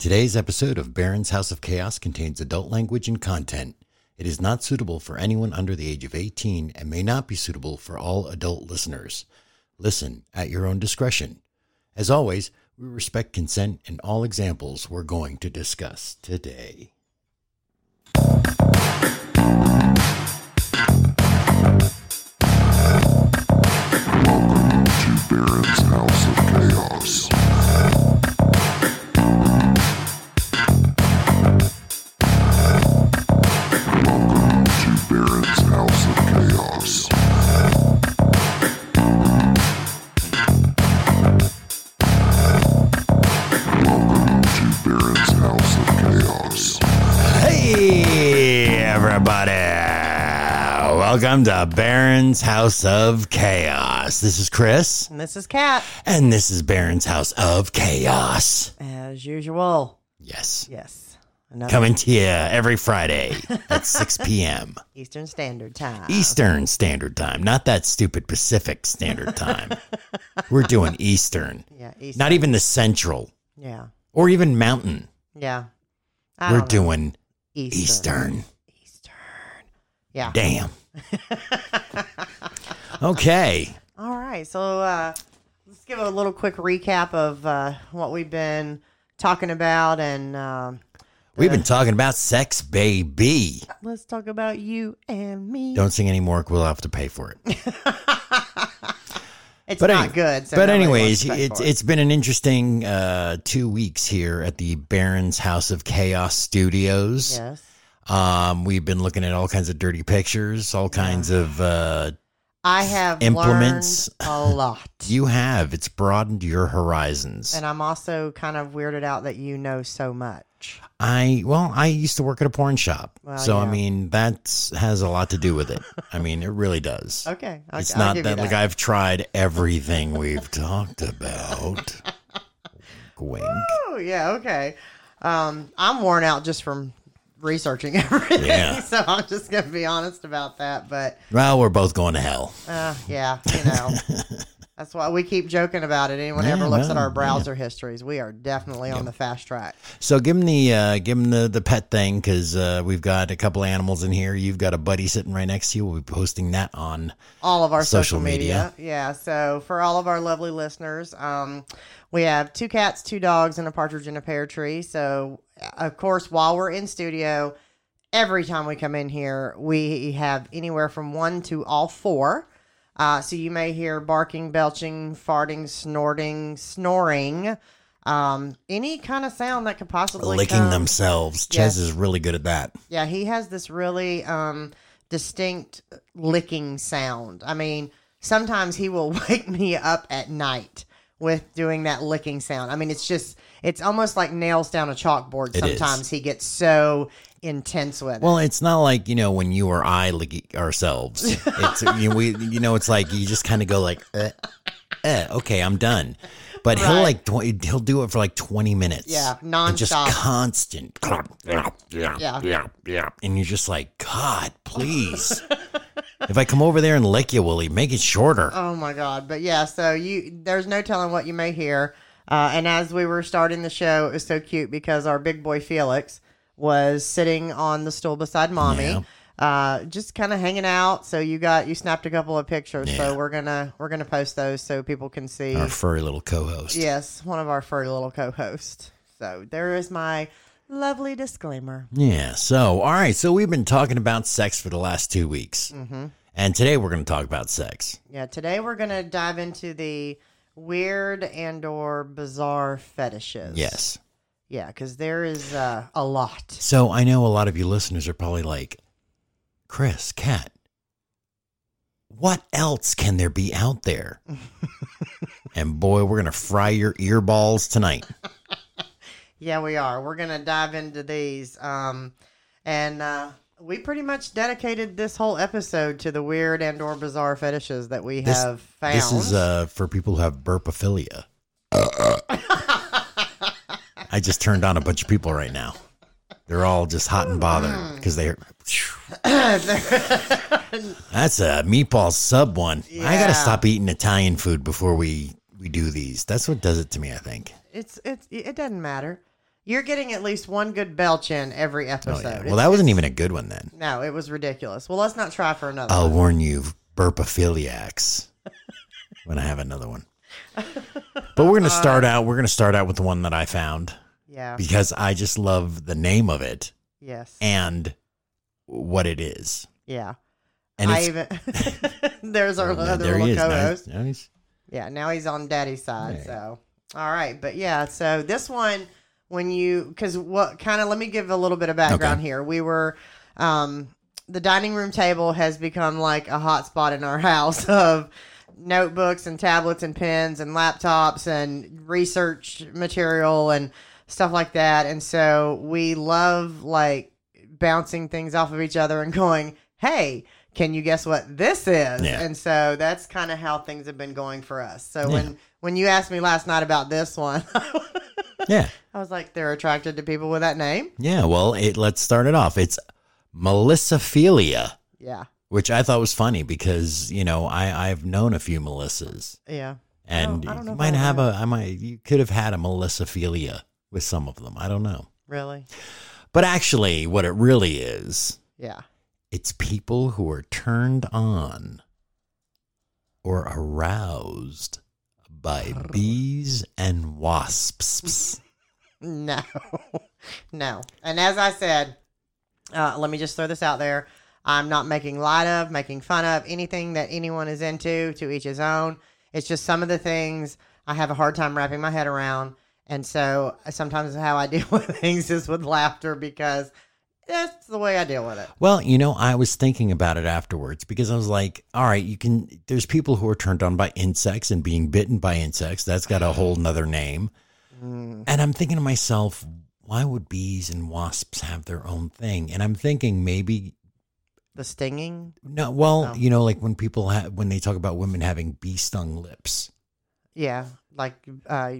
Today's episode of Barron's House of Chaos contains adult language and content. It is not suitable for anyone under the age of 18 and may not be suitable for all adult listeners. Listen at your own discretion. As always, we respect consent in all examples we're going to discuss today. Welcome to Baron's House of Chaos. Welcome to Baron's House of Chaos. Welcome to Baron's House of Chaos. Hey, everybody. Welcome to Baron's House of Chaos. This is Chris, And this is Kat, and this is Baron's House of Chaos. as usual. Yes. Yes. Another Coming to you every Friday at 6 p.m. Eastern Standard Time. Eastern Standard Time, not that stupid Pacific Standard Time. We're doing Eastern, Yeah. Eastern. not even the Central Yeah. or even Mountain. Yeah. I We're don't know. doing Eastern. Eastern. Yeah. Damn. okay. All right. So uh, let's give a little quick recap of uh, what we've been talking about. And um We've been talking about sex, baby. let's talk about you and me. Don't sing any more. We'll have to pay for it. it's But not any- good. So but nobody anyways, wants to pay it's for it's been an interesting uh, two weeks here at the Baron's House of Chaos Studios. Yes. Um, we've been looking at all kinds of dirty pictures, all kinds of. Uh, I have Implements. implements a lot. you have it's broadened your horizons. and I'm also kind of weirded out that you know so much. I well, I used to work at a porn shop, Well, so I yeah. mean that's has a lot to do with it. I mean, it really does. Okay. I'll- It's I'll not give you that, like I've tried everything we've talked about. Wink. Oh yeah, okay. Um, I'm worn out just from researching everything, Yeah. so I'm just gonna be honest about that. But Well, we're both going to hell. uh, yeah, you know, that's why we keep joking about it. Anyone Yeah, ever looks at well, our browser histories, we are definitely on the fast track. So give him the uh, give him the the pet thing because uh, we've got a couple animals in here. You've got a buddy sitting right next to you. We'll be posting that on. all of our Social social, media. Yeah. So for all of our lovely listeners, um, we have two cats, two dogs, and a partridge in a pear tree. So of course, while we're in studio, every time we come in here, we have anywhere from one to all four. Uh, so you may hear barking, belching, farting, snorting, snoring, um, any kind of sound that could possibly licking come. themselves. Yes. Chez is really good at that. Yeah, he has this really um, distinct licking sound. I mean, sometimes he will wake me up at night with doing that licking sound. I mean, it's just, it's almost like nails down a chalkboard. It is. sometimes he gets so intense with it. Well, it's not like you know when you or I lick e-, ourselves. It's you know, we you know it's like you just kind of go like, eh, eh, okay, I'm done. But he'll Right. like tw- he'll do it for like 20 minutes. Yeah, And just nonstop. constant. Yeah. And you're just like, God, please. if I come over there and lick you, Willie, make it shorter. Oh my god! But yeah, so you there's no telling what you may hear. Uh, and as we were starting the show, it was so cute because our big boy Felix was sitting on the stool beside mommy, uh, just kind of hanging out. So you got you snapped a couple of pictures. So we're gonna we're gonna post those so people can see. Our furry little co-host. yes, one of our furry little co-hosts. So there is my lovely disclaimer. Yeah. So, all right. So we've been talking about sex for the last two weeks, Mm-hmm. and today we're going to talk about sex. Yeah, today we're gonna dive into the weird and or bizarre fetishes. Yes. Yeah, because there is uh, a lot. So I know a lot of you listeners are probably like, Chris, Kat, what else can there be out there? and boy, we're going to fry your ear balls tonight. Yeah, we are. We're gonna dive into these, um, and uh, we pretty much dedicated this whole episode to the weird and/or bizarre fetishes that we This- have found. This is uh, for people who have burpophilia. I just turned on a bunch of people right now. They're all just hot and bothered because they're. uh, That's a meatball sub one. I gotta Yeah. stop eating Italian food before we we do these. That's what does it to me. I think. it's it's it doesn't matter. You're getting at least one good belch in every Oh, episode. yeah. Well, It's- that wasn't it's- even a good one then. No, it was ridiculous. Well, let's not try for another. I'll one. warn you, burpophiliacs, when I have another one. But we're gonna start out. We're gonna start out with the one that I found Yeah. because I just love the name of it Yes. and what it is. yeah. And I it's, even there's our Oh, no, other there he little is. Now he's- co-host. now he's- Yeah, now he's on daddy's side. Yeah. So, all right. But yeah, so this one, when you, because what kind of, let me give a little bit of background here. We were, um, the dining room table has become like a hot spot in our house of notebooks and tablets and pens and laptops and research material and stuff like that. And so we love like bouncing things off of each other and going, hey, can you guess what this is? Yeah. And so that's kind of how things have been going for us. So Yeah. when when you asked me last night about this one, I yeah, was like, they're attracted to people with that name. yeah. Well, it, let's start it off. It's melissophilia, Yeah, which I thought was funny because you know I I've known a few Melissas, yeah. and Oh, I don't you know if might I have know. a I might you could have had a melissophilia with some of them. I don't know. Really? But actually, what it really is, Yeah. it's people who are turned on or aroused by bees and wasps. No, no. And as I said, uh, let me just throw this out there. I'm not making light of, making fun of anything that anyone is into, to each his own. It's just some of the things I have a hard time wrapping my head around. And so uh, sometimes how I deal with things is with laughter because that's the way I deal with it. Well, you know, I was thinking about it afterwards because I was like, all right, you can, there's people who are turned on by insects and being bitten by insects. That's got a whole nother name. Mm, And I'm thinking to myself, why would bees and wasps have their own thing? And I'm thinking maybe the stinging? No, well, Oh. you know, like when people ha- when they talk about women having bee stung lips, Yeah. Like uh,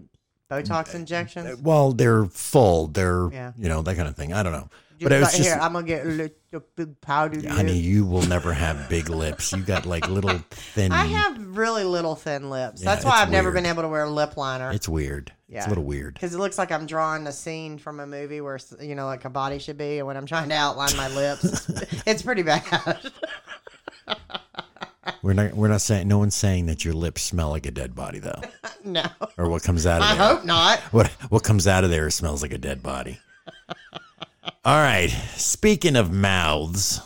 Botox injections? Uh, well, they're full, they're Yeah. you know that kind of thing. I don't know, but it was just, Here, I'm going to get a little big powder. honey, you will never have big lips. You got like little thin. I have really little thin lips. Mm-hmm. Yeah, That's why it's I've never weird. been able to wear lip liner It's weird. It's a Yeah. little weird. because it looks like I'm drawing a scene from a movie where you know like a body should be, and when I'm trying to outline my lips, it's- it's pretty bad. We're not. We're not saying. No one's saying that your lips smell like a dead body though, no, or what comes out of I there. hope not. What what comes out of there smells like a dead body. All right. Speaking of mouths,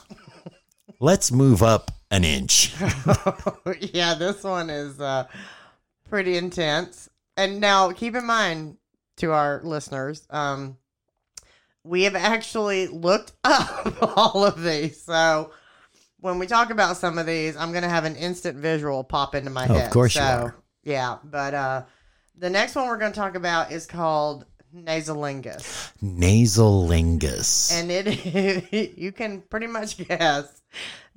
let's move up an inch. yeah, this one is uh, pretty intense. And now, keep in mind to our listeners, um, we have actually looked up all of these. So when we talk about some of these, I'm going to have an instant visual pop into my Oh, of head. course so, you are. Yeah, but uh, the next one we're going to talk about is called nasolingus Nasolingus. and it you can pretty much guess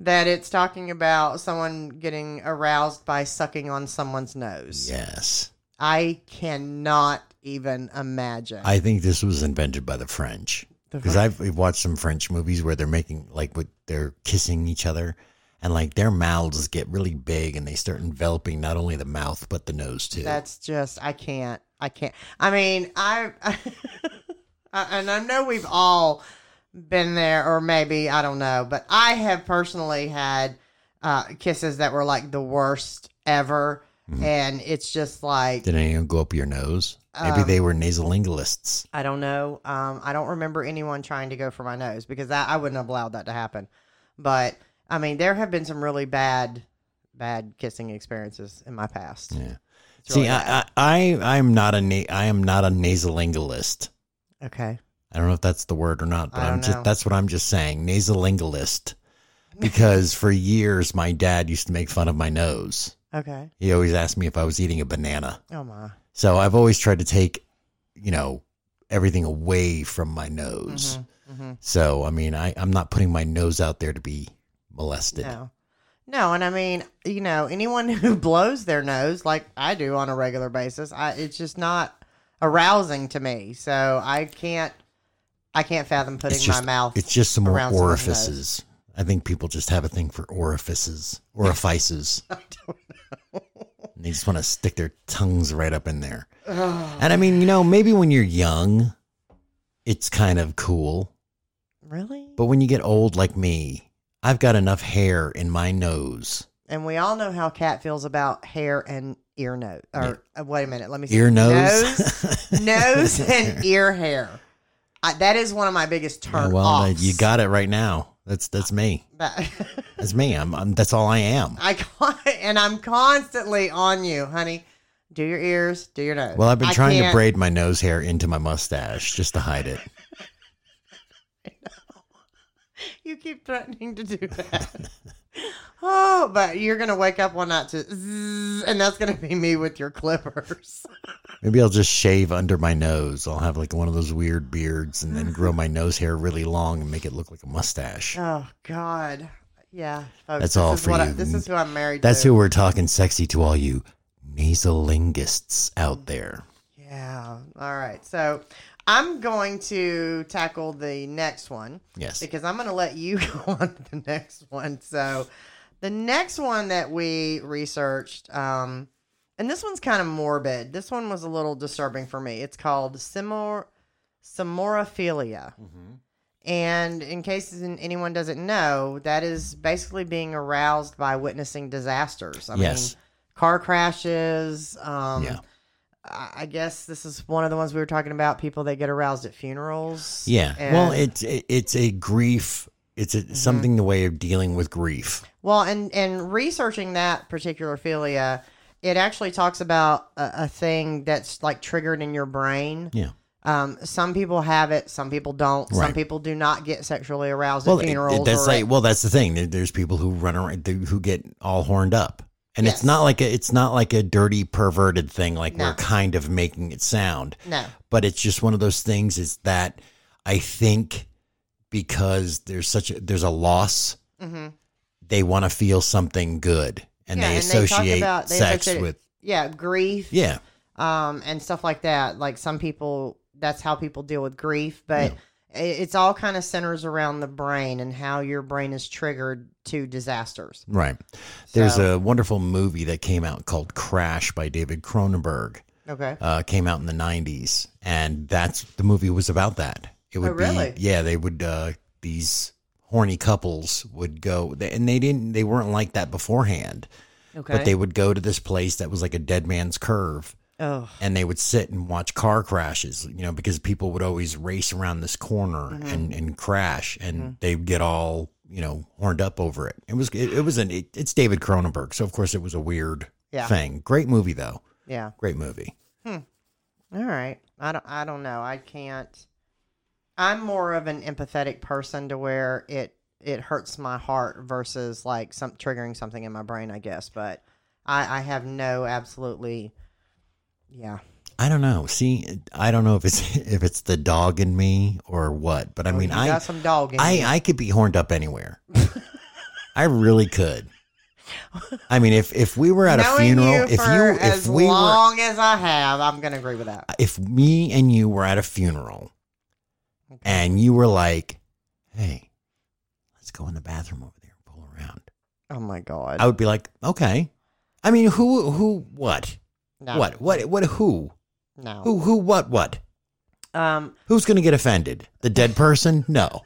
that it's talking about someone getting aroused by sucking on someone's nose. yes. I cannot even imagine. I think this was invented by the French The because I've we've watched some French movies where they're making like what they're kissing each other and like their mouths get really big and they start enveloping not only the mouth but the nose too. That's just I can't. I can't. I mean, I, I and I know we've all been there, or maybe I don't know, but I have personally had uh, kisses that were like the worst ever, Mhm. and it's just like Did anyone go up your nose? Maybe Um, they were nasolinguists. I don't know. Um, I don't remember anyone trying to go for my nose because I, I wouldn't have allowed that to happen. But I mean, there have been some really bad, bad kissing experiences in my past. Yeah. It's really See, bad. I, I I I'm not a na- I am not a nasolinguist. okay. I don't know if that's the word or not, but I I'm don't just know. that's what I'm just saying, nasolinguist. Because for years my dad used to make fun of my nose. Okay. He always asked me if I was eating a banana. Oh my. So I've always tried to take, you know, everything away from my nose. Mhm, mhm. So I mean, I I'm not putting my nose out there to be molested. No. No, and I mean, you know, anyone who blows their nose like I do on a regular basis, I it's just not arousing to me. So I can't, I can't fathom putting It's just my mouth. It's just some more Around someone's nose. orifices. I think people just have a thing for orifices, orifices. I don't and they just want to stick their tongues right up in there. know. And I mean, you know, maybe when you're young, it's kind of cool. Really? But when you get old like me, I've got enough hair in my nose. and we all know how Cat feels about hair and ear nose. Or uh, wait a minute, let me see. Ear nose, nose and ear hair. I, that is one of my biggest Yeah, turn Oh, well, uh, offs. you got it right now. That's that's me. That- That's me. I'm, I'm that's all I am. I con- and I'm constantly on you, honey. Do your ears, do your nose. Well, I've been I trying to can't- braid my nose hair into my mustache just to hide it. You keep threatening to do that. oh, but you're gonna wake up one night to, zzz, and that's gonna be me with your clippers. Maybe I'll just shave under my nose. I'll have like one of those weird beards and then grow my nose hair really long and make it look like a mustache. Oh God, yeah. Folks, That's this all is for what I, you. this is who I'm married That's to. who we're talking sexy to all you nasolinguists out there. Yeah. All right. So I'm going to tackle the next one Yes. because I'm going to let you go on to the next one. So the next one that we researched, um, and this one's kind of morbid. This one was a little disturbing for me. It's called simor- simorophilia. Mm-hmm. And in case anyone doesn't know, that is basically being aroused by witnessing disasters. I Yes. mean, car crashes. Um, Yeah. I I guess this is one of the ones we were talking about people that get aroused at funerals. Yeah. well, and- Mm-hmm. it's it, it's a grief. It's a, something the way of dealing with grief. Well, and and researching that particular philia, it actually talks about a, a thing that's like triggered in your brain. Yeah. Um, some people have it, some people don't. Some Right. people do not get sexually aroused Well, at it- it- funerals. that's or like at- well, that's the thing. There, there's people who run around th- who get all horned up, and Yes. it's not like a, it's not like a dirty perverted thing. Like No. we're kind of making it sound. no, but it's just one of those things is that i think because there's such a there's a loss hmm they want to feel something good and Yeah, they and they talk associate about- they sex associate it- with yeah, grief. yeah um, and stuff like that. Like some people, that's how people deal with grief, but i it's all kind of centers around the brain and how your brain is triggered to disasters. right there's So- a wonderful movie that came out called crash by david cronenberg Okay. uh, came out in the 90s and that's the movie was about that it would Oh, really? be yeah they would uh, these horny couples would go they, and they didn't they weren't like that beforehand Okay. but they would go to this place that was like a dead man's curve oh, and they would sit and watch car crashes, you know, because people would always race around this corner Mm-hmm. and, and crash and they'd get all, you know, horned up over it. It was, it, it was an, it, it's David Cronenberg. So of course it was a weird Yeah. thing. Great movie though. yeah. Great movie. All right. I don't. I don't know. I can't. I'm more of an empathetic person to where it it hurts my heart versus like some triggering something in my brain. I guess, but I I have no absolutely. Yeah. I don't know. See, I don't know if it's, if it's the dog in me or what, but I mean, Oh, you I, got some dog in you. I, I could be horned up anywhere. I really could. I mean, if, if we were at a Knowing funeral, you if for you, if as we were, long as I have, I'm gonna agree with that. if me and you were at a funeral and you were like, hey, let's go in the bathroom over there and pull around, Oh my god! I would be like, okay. I mean, who, who, what? no, What, what, what, who? No. Who, who, what, what? Um. Who's going to get offended? The dead person? No.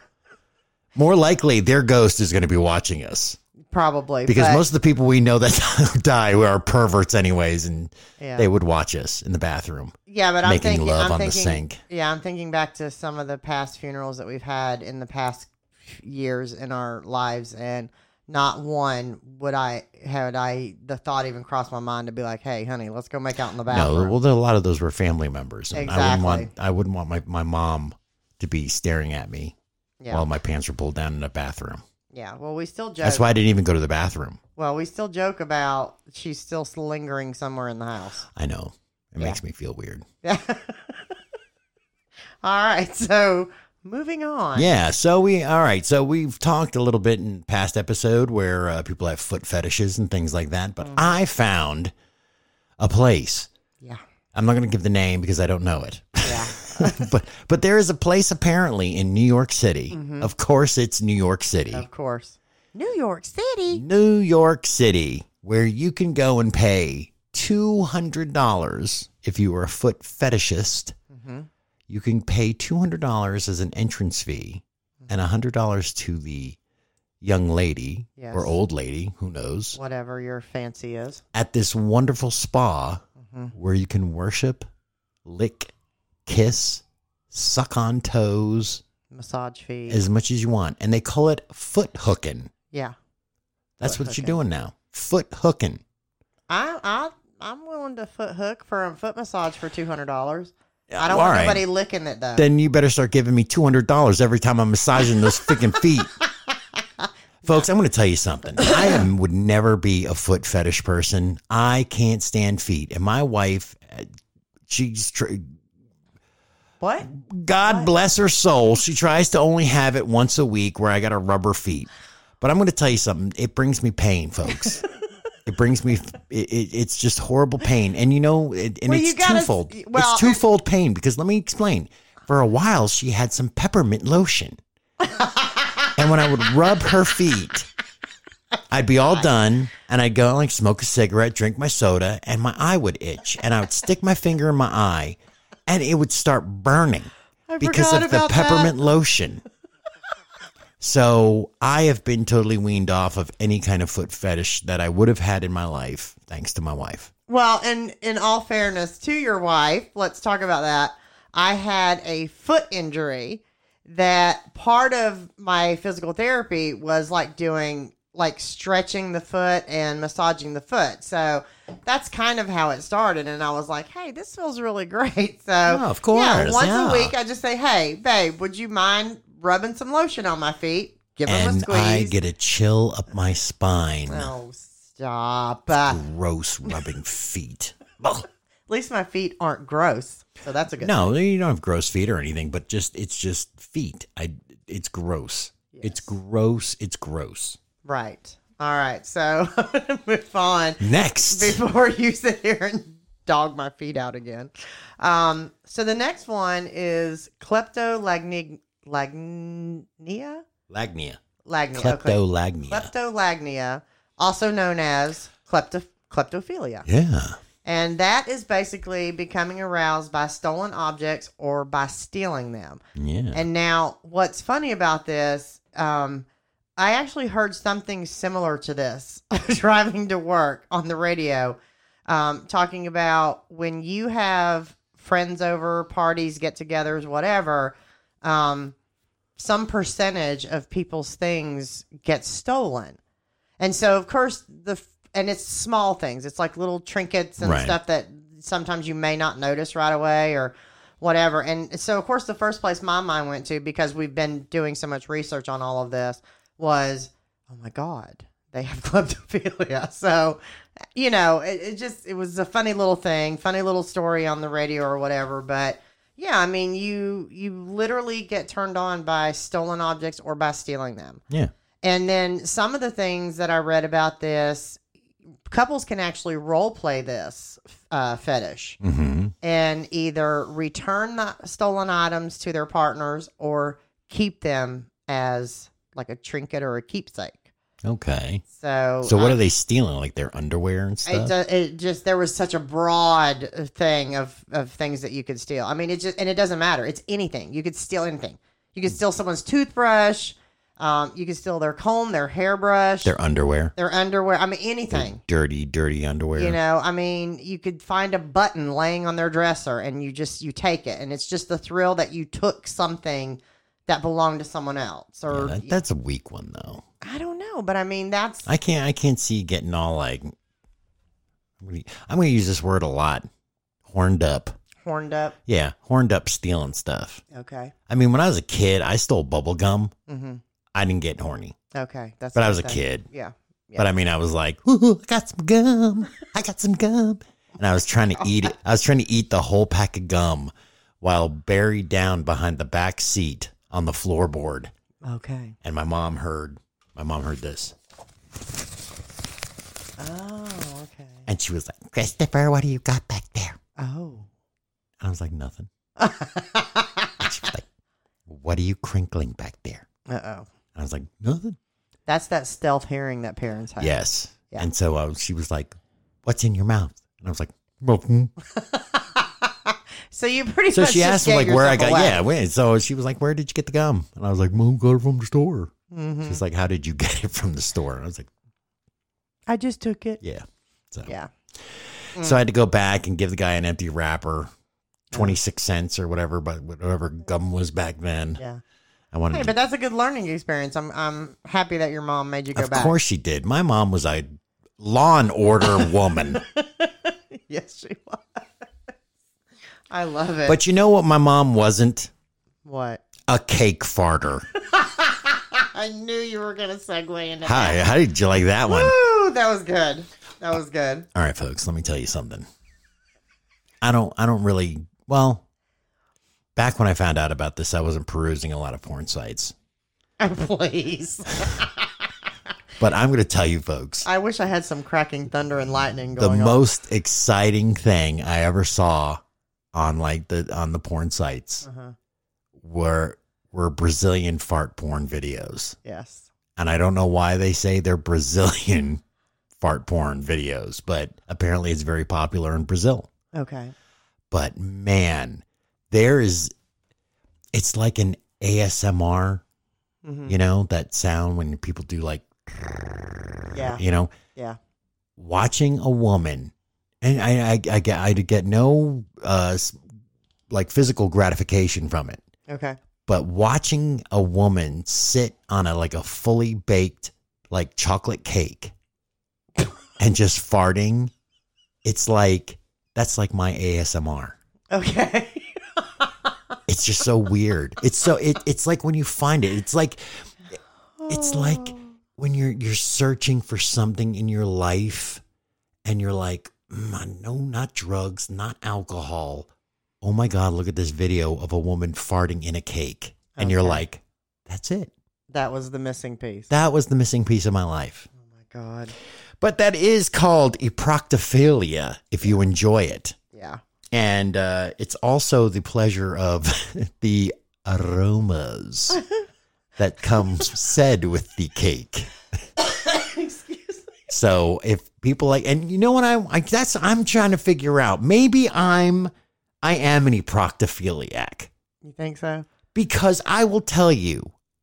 More likely, their ghost is going to be watching us Probably because but- most of the people we know that die are perverts, anyways, and Yeah. they would watch us in the bathroom. yeah, but I'm making thinking. love I'm on the thinking, sink. Yeah, I'm thinking back to some of the past funerals that we've had in the past years in our lives, and not one would I had I the thought even crossed my mind to be like, "Hey, honey, let's go make out in the bathroom." No, well, there, a lot of those were family members. And I wouldn't want Exactly. I wouldn't want my, my mom to be staring at me yeah, while my pants were pulled down in a bathroom. yeah. Well, we still joke. That's why I didn't even go to the bathroom. well, we still joke about she's still lingering somewhere in the house. I know it Yeah. makes me feel weird. Yeah. All right. So moving on. Yeah. So we all right. So we've talked a little bit in past episode where uh, people have foot fetishes and things like that. Mm-hmm. But I found a place. Yeah. I'm not going to give the name because I don't know it. Yeah. but but there is a place apparently in New York City. Of course, it's New York City. Mm-hmm. Of course. New York City. New York City, where you can go and pay $200 if you are a foot fetishist. Mhm. You can pay $200 as an entrance fee and $100 to the young lady Yes. or old lady, who knows, whatever your fancy is. at this wonderful spa Mhm. where you can worship, lick, kiss, suck on toes Massage fee. as much as you want. And they call it foot hooking. yeah. That's Foot what you're hooking. doing now. Foot hooking. I I I'm willing to foot hook for a foot massage for two hundred dollars. I All don't want right. nobody licking it though. Then you better start giving me two hundred dollars every time I'm massaging those freaking feet. Folks, I'm going to tell you something. I am, would never be a foot fetish person. I can't stand feet, and my wife, uh, she's tr- what? God bless her soul. She tries to only have it once a week, where I got to rub her feet. But I'm going to tell you something. It brings me pain, folks. it brings me. It, it, it's just horrible pain, and you know, it, and Well, it's you gotta- twofold. well, it's twofold pain because let me explain. For a while, she had some peppermint lotion, and when I would rub her feet, I'd be all done, and I'd go and like smoke a cigarette, drink my soda, and my eye would itch, and I would stick my finger in my eye, and it would start burning I because forgot of the about that. peppermint lotion. So I have been totally weaned off of any kind of foot fetish that I would have had in my life, thanks to my wife. Well, and in all fairness to your wife, let's talk about that. I had a foot injury that part of my physical therapy was like doing like stretching the foot and massaging the foot. So that's kind of how it started. And I was like, hey, this feels really great. So, Oh, of course, yeah, once yeah. a week, I just say, hey, babe, would you mind rubbing some lotion on my feet? Give them a And squeeze. I get a chill up my spine. oh, stop. Uh, Gross rubbing feet. Ugh. at least my feet aren't gross. So that's a good No, you don't have gross feet or anything, but just it's just feet. I it's gross. It's gross. It's gross. Right. All right. So I'm gonna move on Next. before you sit here and dog my feet out again. Um, so the next one is kleptolagnia. Lagnia? Lagnia. Lagnia. Okay. Kleptolagnia. Kleptolagnia, also known as klepto- kleptophilia. yeah. And that is basically becoming aroused by stolen objects or by stealing them. Yeah. And now, what's funny about this, um, I actually heard something similar to this driving to work on the radio, um, talking about when you have friends over, parties, get togethers, whatever, um, some percentage of people's things get stolen. And so, of course, the f- and it's small things. It's like little trinkets and Right. stuff that sometimes you may not notice right away or whatever. And so, of course, the first place my mind went to because we've been doing so much research on all of this was, oh my god, they have kleptophilia. So, you know, it, it just it was a funny little thing, funny little story on the radio or whatever, but. Yeah, I mean, you you literally get turned on by stolen objects or by stealing them. yeah. And then some of the things that I read about this, couples can actually role play this uh, fetish Mm-hmm. and either return the stolen items to their partners or keep them as like a trinket or a keepsake. Okay. So, So what Oh, I- are they stealing? Like their underwear and it, stuff? do- it just there was such a broad uh, thing of of things that you could steal. I mean, it just and it doesn't matter. It's anything. You could steal anything. You Mm. could steal someone's toothbrush. Um, you could steal their comb, their hairbrush, their underwear. their underwear. I mean, Their anything. dirty, dirty underwear. You know, I mean, you could find a button laying on their dresser and you just you take it and it's just the thrill that you took something that belonged to someone else Yeah, or that- that's a weak one though. I don't know, but I mean that's I can't I can't see getting all like I'm gonna, I'm gonna use this word a lot. Horned up. horned up. Yeah, horned up stealing stuff. Okay. I mean, when I was a kid, I stole bubble gum. Mhm. I didn't get horny, Okay. That's but I what was a I'm saying. kid. Yeah. Yeah. But I mean, I was like, "Ooh, I got some gum. I got some gum," and I was trying to eat it. I was trying to eat the whole pack of gum while buried down behind the back seat on the floorboard. Okay. And my mom heard. My mom heard this, Oh, okay. and she was like, "Christopher, what do you got back there?" Oh. And I was like, "Nothing." And she was like, "What are you crinkling back there?" Uh oh. And I was like, "Nothing." That's that stealth hearing that parents have. Yes. Yeah. And so uh, she was like, "What's in your mouth?" And I was like, "Nothing." So you pretty hmm." So much she just asked him gave like where I yourself got away. yeah. Wait, so she was like, "Where did you get the gum?" And I was like, "Mom got it from the store." Mhm. She's like, "How did you get it from the store?" And I was like, I just took it. "Yeah." So Yeah. Hmm. so I had to go back and give the guy an empty wrapper, twenty six cents or whatever, but whatever gum was back then. Yeah. I wanted. Hey, to but that's a good learning experience. I'm I'm happy that your mom made you go of back. course she did. My mom was a law and order woman. yes, she was. I love it. but you know what my mom wasn't? what? A cake farter. I knew you were gonna segue into Hi, how did you like that one? Ooh, that was good. That was good. All right, folks, let me tell you something. I don't I don't really well back when I found out about this, I wasn't perusing a lot of porn sites. Oh, Please. But I'm gonna tell you folks, I wish I had some cracking thunder and lightning the going on. most exciting thing I ever saw on like the on the porn sites Uh-huh. were were Brazilian fart porn videos. Yes. and I don't know why they say they're Brazilian fart porn videos, but apparently it's very popular in Brazil. Okay. But man, there is it's like an ASMR, hmm you know, that sound when people do like Yeah. you know, Yeah. watching a woman and I I, I get I get no uh s- like physical gratification from it. Okay. but watching a woman sit on a like a fully baked like chocolate cake and just farting it's like that's like my ASMR Okay. it's just so weird it's so it, it's like when you find it it's like It's like- when you're you're searching for something in your life and you're like mm, no not drugs not alcohol oh my god look at this video of a woman farting in a cake and you're Okay. like that's it that was the missing piece. That was the missing piece of my life. oh my god. But that is called eproctophilia if you enjoy it. Yeah. And uh, it's also the pleasure of the aromas that comes said with the cake. Excuse me. So if people like, and you know what I, I that's I'm trying to figure out. Maybe I'm I am an eproctophiliac You think so? because I will tell you,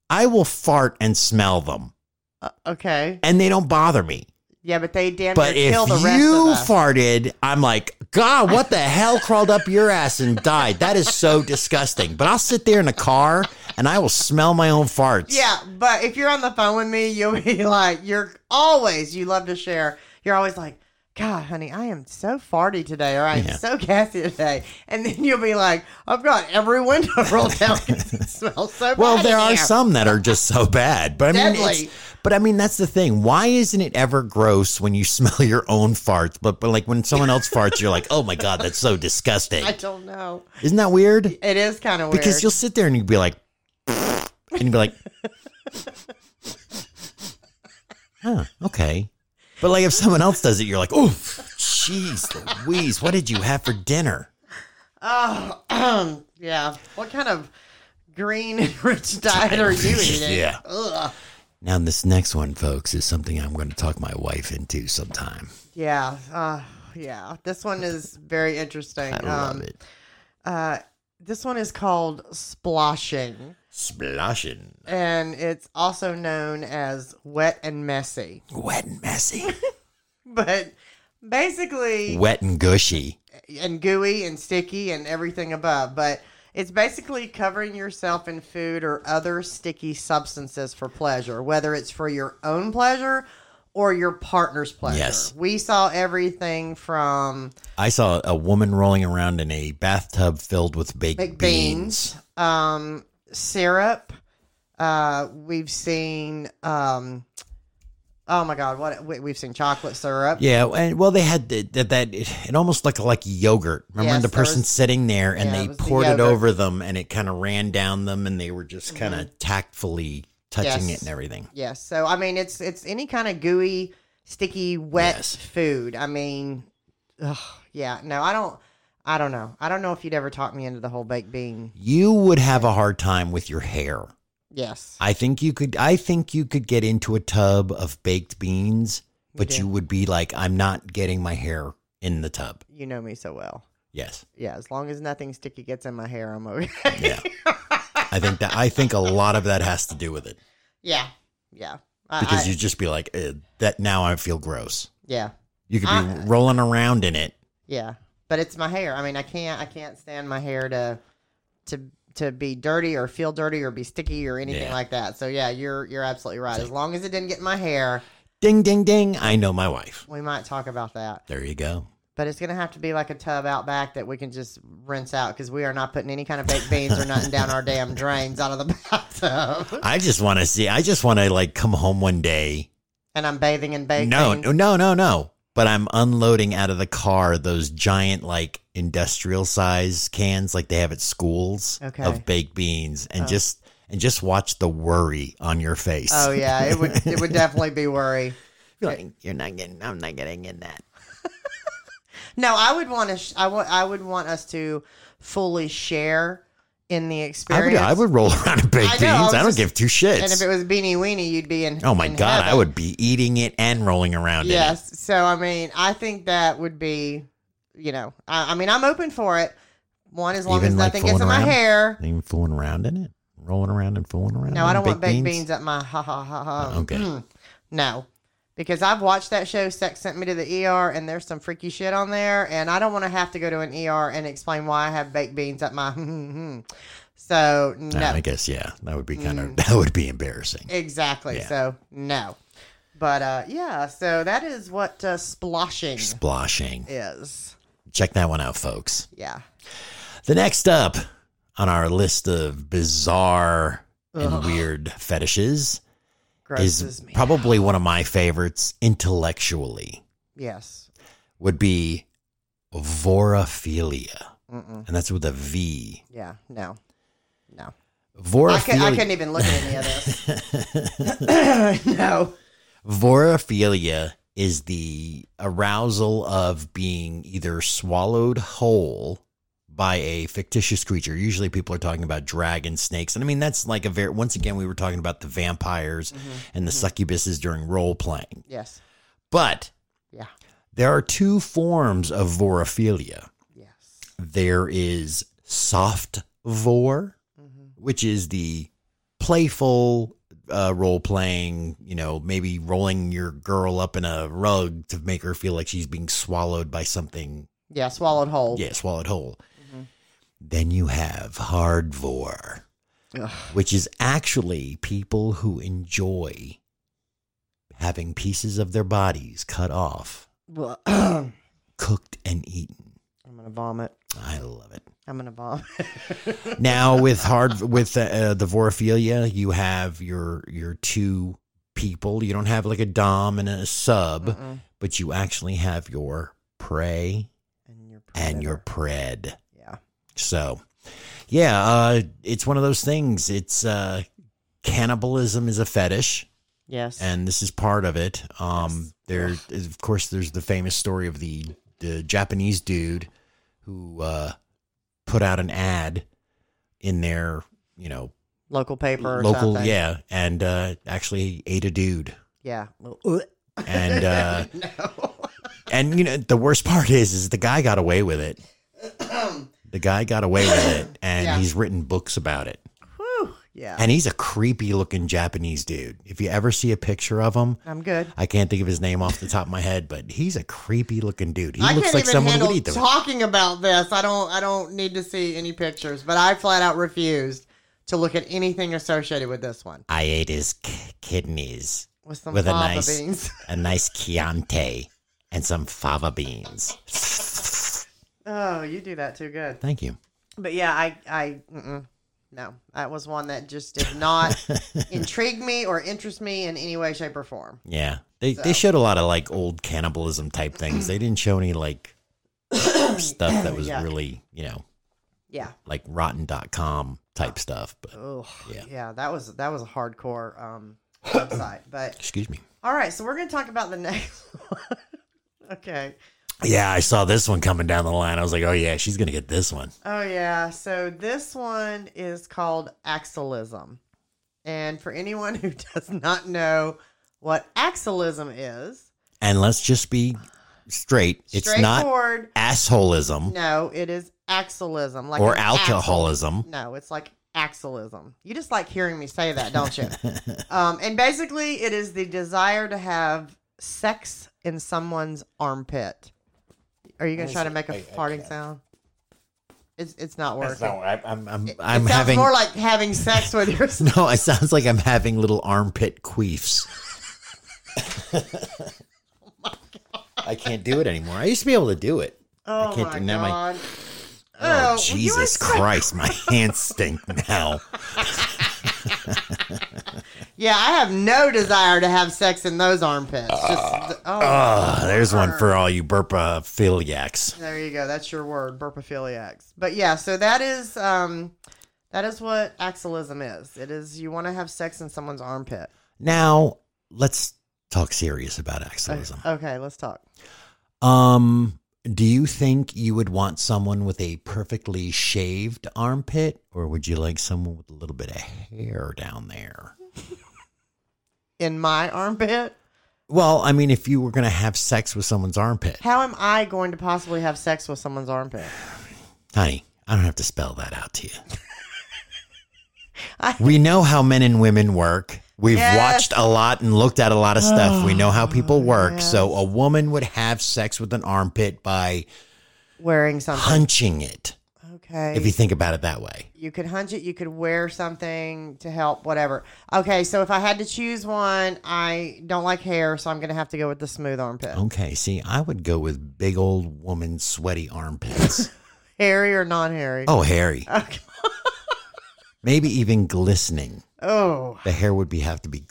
I will fart and smell them, Uh, okay. and they don't bother me. Yeah, but they damn But near if kill the rest of you us. farted, I'm like, God, what the hell crawled up your ass and died? That is so disgusting. But I'll sit there in a car and I will smell my own farts. yeah, but if you're on the phone with me, you'll be like, you're always you love to share. You're always like, God, honey, I am so farty today, or I'm Yeah. so gassy today, and then you'll be like, I've got every window rolled down. 'cause it smells so. Well, bad there in are here. some that are just so bad. But I mean, it's, Deadly. but I mean, that's the thing. Why isn't it ever gross when you smell your own farts? But but like when someone else farts, you're like, oh my God, that's so disgusting. I don't know. Isn't that weird? It is kind of weird Because you'll sit there and you'll be like, and you'll be like, huh, okay. But like if someone else does it, you're like, oh, jeez Louise, what did you have for dinner? Oh, yeah. What kind of green and rich diet are you eating? Yeah. Ugh. Now, this next one, folks, is something I'm going to talk my wife into sometime. Yeah. Uh, yeah. This one is very interesting. I love it. Uh, this one is called splashing, Splashing. and it's also known as wet and messy. Wet and messy. But basically, Wet and gushy. and gooey and sticky and everything above. But it's basically covering yourself in food or other sticky substances for pleasure, whether it's for your own pleasure or your partner's pleasure. Yes. We saw everything from I saw a woman rolling around in a bathtub filled with baked, baked beans. beans, um, syrup. Uh, we've seen, um, oh my God, what we, we've seen chocolate syrup. Yeah, and well, they had the, that that it almost looked like yogurt. Remember when Yes, the there person was- sitting there and yeah, it they was the poured it yogurt. over them, and it kind of ran down them, and they were just kind of tactfully touching Mm-hmm. Yes. it and everything. Yes. So I mean, it's it's any kind of gooey, sticky, wet Yes. food. I mean, ugh, yeah. No, I don't. I don't know. I don't know if you'd ever talk me into the whole baked bean. You would have a hard time with your hair. Yes. I think you could. I think you could get into a tub of baked beans, but do. you would be like, "I'm not getting my hair in the tub." You know me so well. Yes. Yeah, as long as nothing sticky gets in my hair, I'm okay. Yeah. I think that I think a lot of that has to do with it yeah, yeah. I- because I- you just be like eh, that. Now I feel gross. yeah, You could be I- rolling around in it. yeah. But it's my hair. I mean, I can't, I can't stand my hair to, to, to be dirty or feel dirty or be sticky or anything Yeah. like that. So yeah, you're you're absolutely right. So- As long as it didn't get in my hair, Ding ding ding. I know my wife. we might talk about that. There you go. But it's gonna have to be like a tub out back that we can just rinse out because we are not putting any kind of baked beans or nothing down our damn drains out of the bathtub. I just want to see. I just want to like come home one day. And I'm bathing in baked No, beans. no, no, no, no. But I'm unloading out of the car those giant like industrial size cans like they have at schools Okay. of baked beans and Oh. just and just watch the worry on your face. Oh yeah, it would it would definitely be worry. You're like, You're not getting. I'm not getting in that. No, I would want to. Sh- I would. I would want us to fully share in the I would, experience. I would roll around in baked I know, I beans. was I don't just- give two And if shits. it was Beanie Weenie, you'd be in. oh my in god, I heaven. would be eating it and rolling around in it. Yes. So I mean, I think that would be. You know, I, I mean, I'm open for it. One, as long Even, as like, nothing gets in fooling my around? hair. Even fooling around in it, rolling around and fooling around. No, in I don't want baked beans. beans. Oh, at my ha ha ha ha. Okay. Mm. no, because I've watched that show. Sex sent me to the ER, and there's some freaky shit on there, and I don't want to have to go to an ER and explain why I have baked beans at my. so no, I guess yeah, that would be kind of Mm. that would be embarrassing. exactly. Yeah. So no, but uh, yeah. So that is what uh, splashing Splashing. is. Check that one out, folks. Yeah. The next up on our list of bizarre and Ugh. weird fetishes Grosses is me. probably one of my favorites intellectually. yes. Would be vorophilia, Mm-mm. and that's with a V. Yeah. No. No. I, Vorophilia. could, I couldn't even look at any of this. no. Vorophilia is the arousal of being either swallowed whole by a fictitious creature. Usually people are talking about dragons, snakes. And I mean, that's like a very, once again, we were talking about the vampires and the succubuses during role playing. Mm-hmm. Yes. But Yeah. there are two forms of vorophilia Yes. there is soft vor, Mm-hmm. which is the playful uh, role playing, you know, maybe rolling your girl up in a rug to make her feel like she's being swallowed by something, Yeah, swallowed whole. yeah, swallowed whole. Mm-hmm. Then you have hard vor, Ugh. which is actually people who enjoy having pieces of their bodies cut off, Well, I'm cooked and eaten. gonna vomit. I love it. I'm gonna vomit. now with hard with uh, the vorophilia you have your your two people you don't have like a dom and a sub Mm-mm. but you actually have your prey and your and your pred yeah. so yeah uh it's one of those things it's uh cannibalism is a fetish Yes. and this is part of it um Yes. there is, of course there's the famous story of the the japanese dude who uh put out an ad in their you know local paper. Or local Something. yeah and uh actually ate a dude Yeah. and uh no. and you know the worst part is is the guy got away with it the guy got away with it and Yeah. he's written books about it Whew. Yeah. and he's a creepy looking japanese dude if you ever see a picture of him I'm good. I can't think of his name off the top of my head, but he's a creepy looking dude. He I looks can't like even someone who handle would eat them. talking about this. I don't. I don't need to see any pictures. But I flat out refused to look at anything associated with this one. I ate his k- kidneys, With some With a fava nice- beans. a nice Chianti, and some fava beans. oh, you do that too good. Thank you. But yeah, I, I, mm-mm, no, that was one that just did not intrigue me or interest me in any way, shape, or form. Yeah. They, they showed a lot of like old cannibalism type things. They didn't show any like stuff that was Yeah. really, you know, Yeah. like rotten.com type stuff. But Oh, Yeah. yeah. That was that was a hardcore um, website. But excuse me. all right, so we're gonna talk about the next one. okay. Yeah, I saw this one coming down the line. I was like, oh, yeah, she's going to get this one. Oh yeah. So this one is called axolism, and for anyone who does not know what axolism is, And let's just be straight. It's not Straightforward. assholeism No, it is axolism. Like or an axle. alcoholism. No, it's like axolism. You just like hearing me say that, don't you? um, and basically, it is the desire to have sex in someone's armpit. Are you going to try to make a I- I farting sound? It's it's not working. That's not what I- I'm, I'm, it I'm sounds having. more like having sex with yourself. no, it sounds like I'm having little armpit queefs. I can't do it anymore. I used to be able to do it. Oh can't my do- now my- god! Oh, well, you were Jesus so- Christ. My hands stink now. Yeah, I have no desire to have sex in those armpits. Just oh, Oh, Uh, there's one for all you burpaphiliacs. There you go. That's your word, burpophiliacs. But yeah, so that is um that is what axolism is. It is you want to have sex in someone's armpit. Now, let's talk serious about axolism. Okay, let's talk. Um, do you think you would want someone with a perfectly shaved armpit, or would you like someone with a little bit of hair down there? In my armpit? Well, I mean, if you were going to have sex with someone's armpit, How am I going to possibly have sex with someone's armpit? honey, I don't have to spell that out to you. I- we know how men and women work. We've Yes. Oh, watched a lot and looked at a lot of stuff. we know how people work. yes. So a woman would have sex with an armpit by Wearing something. hunching it, Okay. if you think about it that way. You could hunch it. You could wear something to help, whatever. Okay, so if I had to choose one, I don't like hair, so I'm going to have to go with the smooth armpit. Okay, see, I would go with big old woman sweaty armpits. Hairy or non hairy? oh, hairy. Okay. Maybe even glistening. Oh. The hair would be have to be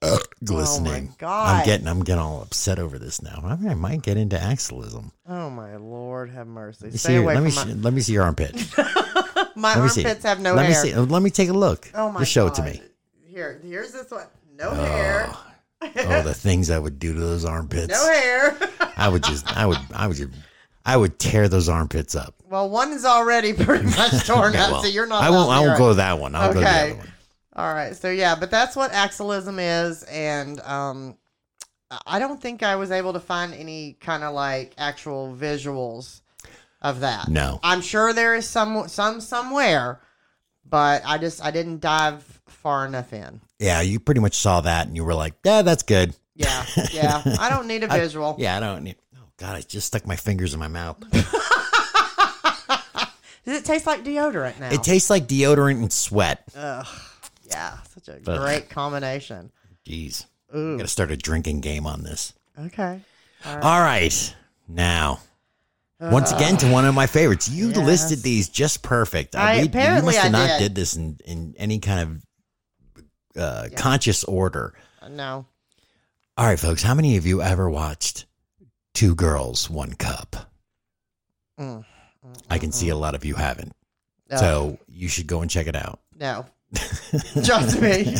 uh, glistening. God. I'm getting I'm getting all upset over this now. I, mean, I might get into axillism. Oh, my Lord, have mercy. Let me Stay see your, away let from me my, see- let me see your armpit. my Let me see. armpits have no let hair. me see. uh, Let me take a look. Oh my Just show it to God. me. Here, here's this one. No hair. Oh, the things I would do to those armpits. No hair. I would just I would I would just I would tear those armpits up. well, one is already pretty much torn Okay, up, well, so you're not. I won't I allowed won't near go it. to that one. I'll go to the Okay. other one. All right, so yeah, but that's what axolism is, and um, I- I don't think I was able to find any kind of like actual visuals of that. No. I'm sure there is some some somewhere, but I just I didn't dive far enough in. Yeah, you pretty much saw that and you were like, yeah, that's good. Yeah, yeah, I don't need a visual. Yeah, I don't need. Oh, God, I just stuck my fingers in my mouth. Does it taste like deodorant now? It tastes like deodorant and sweat. Ugh, yeah, such a great combination. Jeez. Ooh. Gotta start a drinking game on this. Okay. All right. Now, Uh, once again, to one of my favorites. You Yes. listed these just perfect. I- we- apparently you must have I not did. did this in, in any kind of uh, conscious order. Uh, No. All right, folks, how many of you ever watched Two Girls, One Cup? Mm. I can see a lot of you haven't. No. So you should go and check it out. No. Trust me.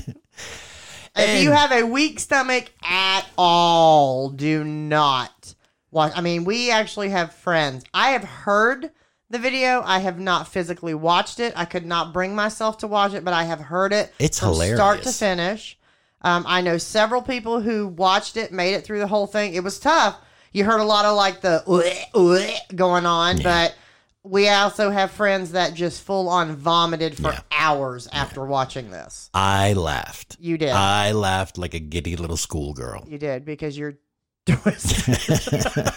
If you have a weak stomach at all, do not watch. I mean, we actually have friends. I have heard the video. I have not physically watched it. I could not bring myself to watch it, but I have heard it. It's from Start to hilarious. finish. Um, I know several people who watched it, made it through the whole thing. It was tough. You heard a lot of like the going on, but we also have friends that just full on vomited for Yeah. hours after watching this. I laughed. You did. I laughed like a giddy little schoolgirl. You did because you're twisted.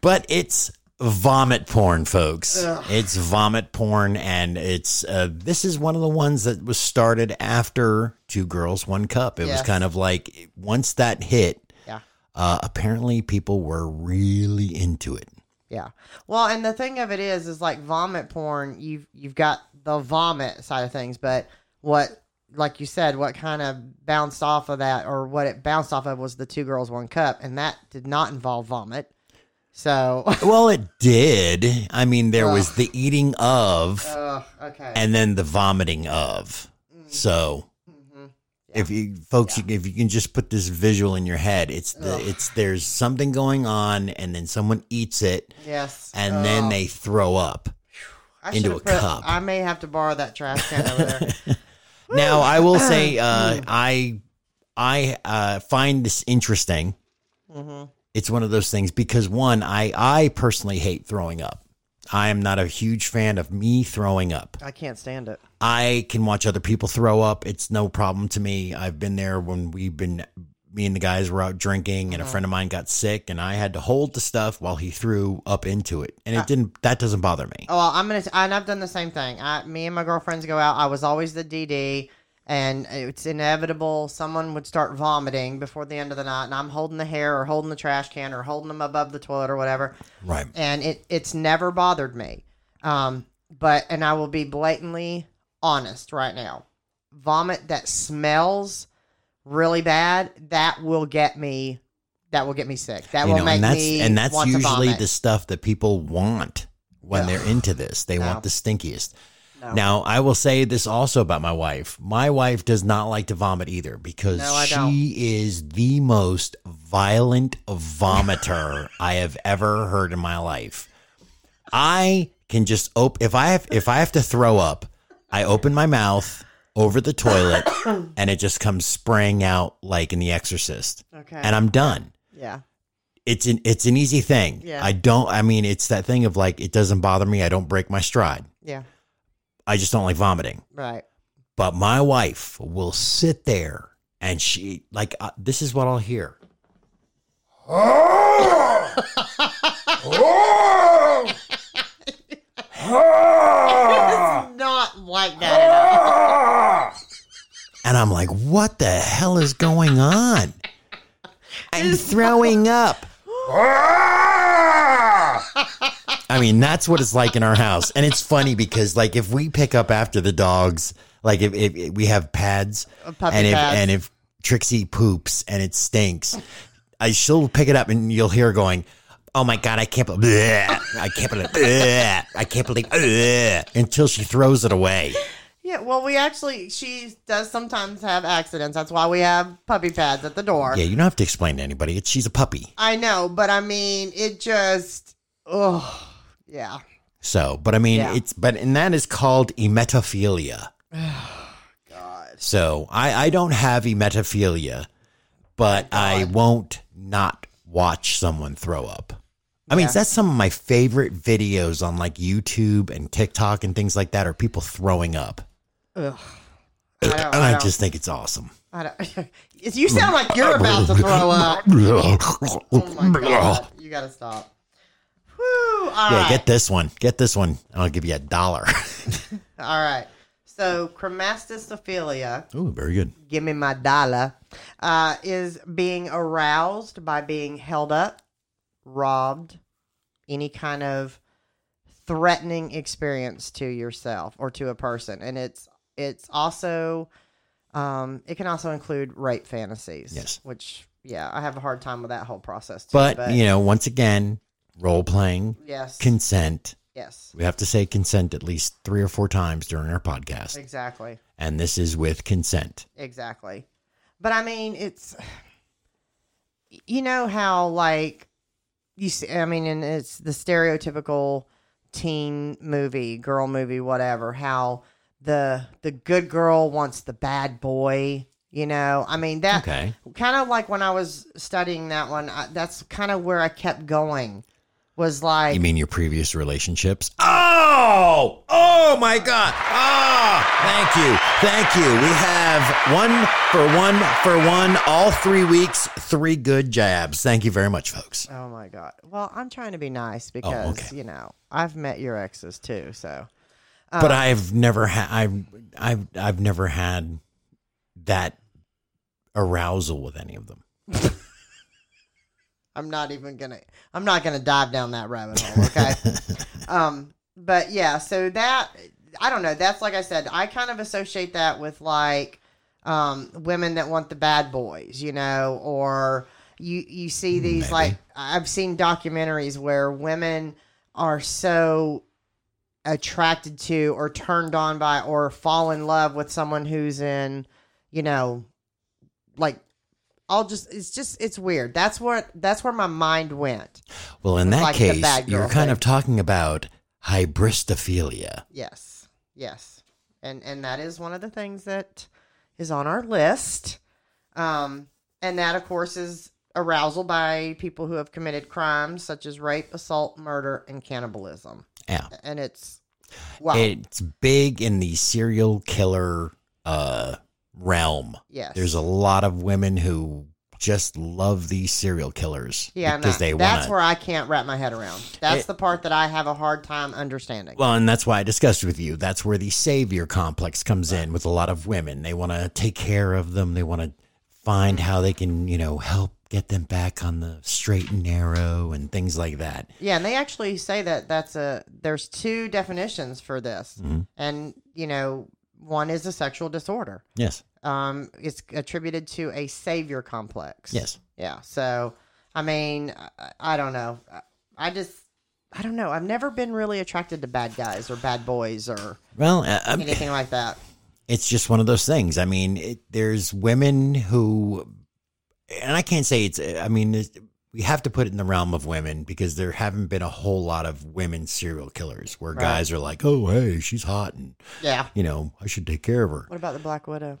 But it's vomit porn, folks. Ugh. It's vomit porn, and it's uh, this is one of the ones that was started after Two Girls, One Cup. It was Yes. kind of like once that hit, yeah. uh, apparently people were really into it. Yeah. Well, and the thing of it is is like vomit porn, you've you've got the vomit side of things, but what like you said, what kind of bounced off of that or what it bounced off of was the two girls one cup and that did not involve vomit. So, Well, it did. I mean, there was the eating of. Ugh, okay. and then the vomiting of. Mm. So, Mm-hmm. if you folks, you, if you can just put this visual in your head, it's the, it's there's something going on, and then someone eats it, yes. and Ugh. then they throw up. I into should've a cup. I may have to borrow that trash can over there. Now, I will say, uh, I I uh, find this interesting. Mm-hmm. it's one of those things because one i i personally hate throwing up i am not a huge fan of me throwing up I can't stand it. i can watch other people throw up it's no problem to me i've been there when we've been me and the guys were out drinking and a friend of mine got sick and i had to hold the stuff while he threw up into it and it didn't that doesn't bother me Oh, well, I'm gonna, and I've done the same thing. I, me and my girlfriends go out. I was always the DD, and it's inevitable someone would start vomiting before the end of the night, and I'm holding the hair or holding the trash can or holding them above the toilet or whatever, right and it it's never bothered me. Um, but and I will be blatantly honest right now. Vomit that smells really bad that will get me. That will get me sick. That will make and that's me and that's want to usually vomit. the stuff that people want when Ugh. they're into this. They No. want the stinkiest. No. Now, I will say this also about my wife. My wife does not like to vomit either because No, I she don't. is the most violent vomiter I have ever heard in my life. I can just open if I have if I have to throw up, I open my mouth over the toilet and it just comes spraying out like in The Exorcist, okay. and I'm done yeah. it's an it's an easy thing. Yeah. I don't. I mean, it's that thing of like it doesn't bother me. I don't break my stride. Yeah. I just don't like vomiting. Right. But my wife will sit there and she like uh, this is what I'll hear. It's not like that at all. And I'm like, what the hell is going on? I'm throwing up. I mean, that's what it's like in our house. And it's funny because, like, if we pick up after the dogs, like, if, if, if we have pads, puppy and if pads. and if Trixie poops and it stinks, I she'll pick it up and you'll hear her going, "Oh my god, I can't believe, I can't believe, bleh. I can't believe," bleh," until she throws it away. Yeah, well, we actually, she does sometimes have accidents. That's why we have puppy pads at the door. Yeah, you don't have to explain to anybody. It's, she's a puppy. I know, but I mean, it just, oh, yeah. So, but I mean, Yeah. it's but and that is called emetophilia. God. So I I don't have emetophilia, but I won't not watch someone throw up. I mean, Yeah. that's some of my favorite videos on like YouTube and TikTok and things like that are people throwing up. Ugh. I don't, and I I don't, just think it's awesome. I don't, you sound like you're about to throw up. Oh my God. You got to stop. Whew. All right. yeah, get this one. Get this one, and I'll give you a dollar. All right. So, chromastosophilia. Ooh, very good. give me my dollar, uh, is being aroused by being held up, robbed, any kind of threatening experience to yourself or to a person, and it's it's also um, it can also include rape fantasies. Yes. which yeah, I have a hard time with that whole process. Too, But, you know, once again, role playing, yes, consent. yes, We have to say consent at least three or four times during our podcast. exactly. And this is with consent. Exactly. But I mean, it's you know how like you see, I mean, and it's the stereotypical teen movie, girl movie, whatever. How the the good girl wants the bad boy. You know, I mean that Okay. kind of like when I was studying that one. I, that's kind of where I kept going. Was like You mean your previous relationships? Oh, oh my God. Ah, thank you. Thank you. We have one for one for one, all three weeks, three good jabs. Thank you very much, folks. Oh my god. Well, I'm trying to be nice because Oh, okay. you know I've met your exes too. So but I've never had, I've, I've, I've never had that arousal with any of them. I'm not even gonna. I'm not gonna dive down that rabbit hole. Okay. um. But yeah. So that I don't know. That's like I said. I kind of associate that with like um women that want the bad boys, you know, or you you see these maybe. like I've seen documentaries where women are so attracted to or turned on by or fall in love with someone who's in, you know, like I'll just it's just it's weird. That's what that's where my mind went. Well, in that Like the case, bad girl you're kind thing. of talking about hybristophilia. Yes. Yes. And and that is one of the things that is on our list. Um and that of course is arousal by people who have committed crimes such as rape, assault, murder, and cannibalism. Yeah. And it's wow. It's big in the serial killer uh, realm. yes. There's a lot of women who just love these serial killers yeah, because no, they that's want where I can't wrap my head around. That's It- the part that I have a hard time understanding. Well, and that's why I discussed with you. That's where the savior complex comes in with a lot of women. They want to take care of them. They want to find Mm. how they can, you know, help get them back on the straight and narrow and things like that. Yeah, and they actually say that that's a there's two definitions for this, Mhm. and you know one is a sexual disorder. Yes. Um, it's attributed to a savior complex. Yes. Yeah. So I mean, I, I don't know. I- I just I don't know. I've never been really attracted to bad guys or bad boys or Well, uh, um, I- I'm, anything like that. it's just one of those things. I mean, it, there's women who, and I can't say it's. I mean, it's, we have to put it in the realm of women because there haven't been a whole lot of women serial killers where Right. guys are like, "Oh, hey, she's hot, and Yeah. you know, I should take care of her." What about the Black Widow?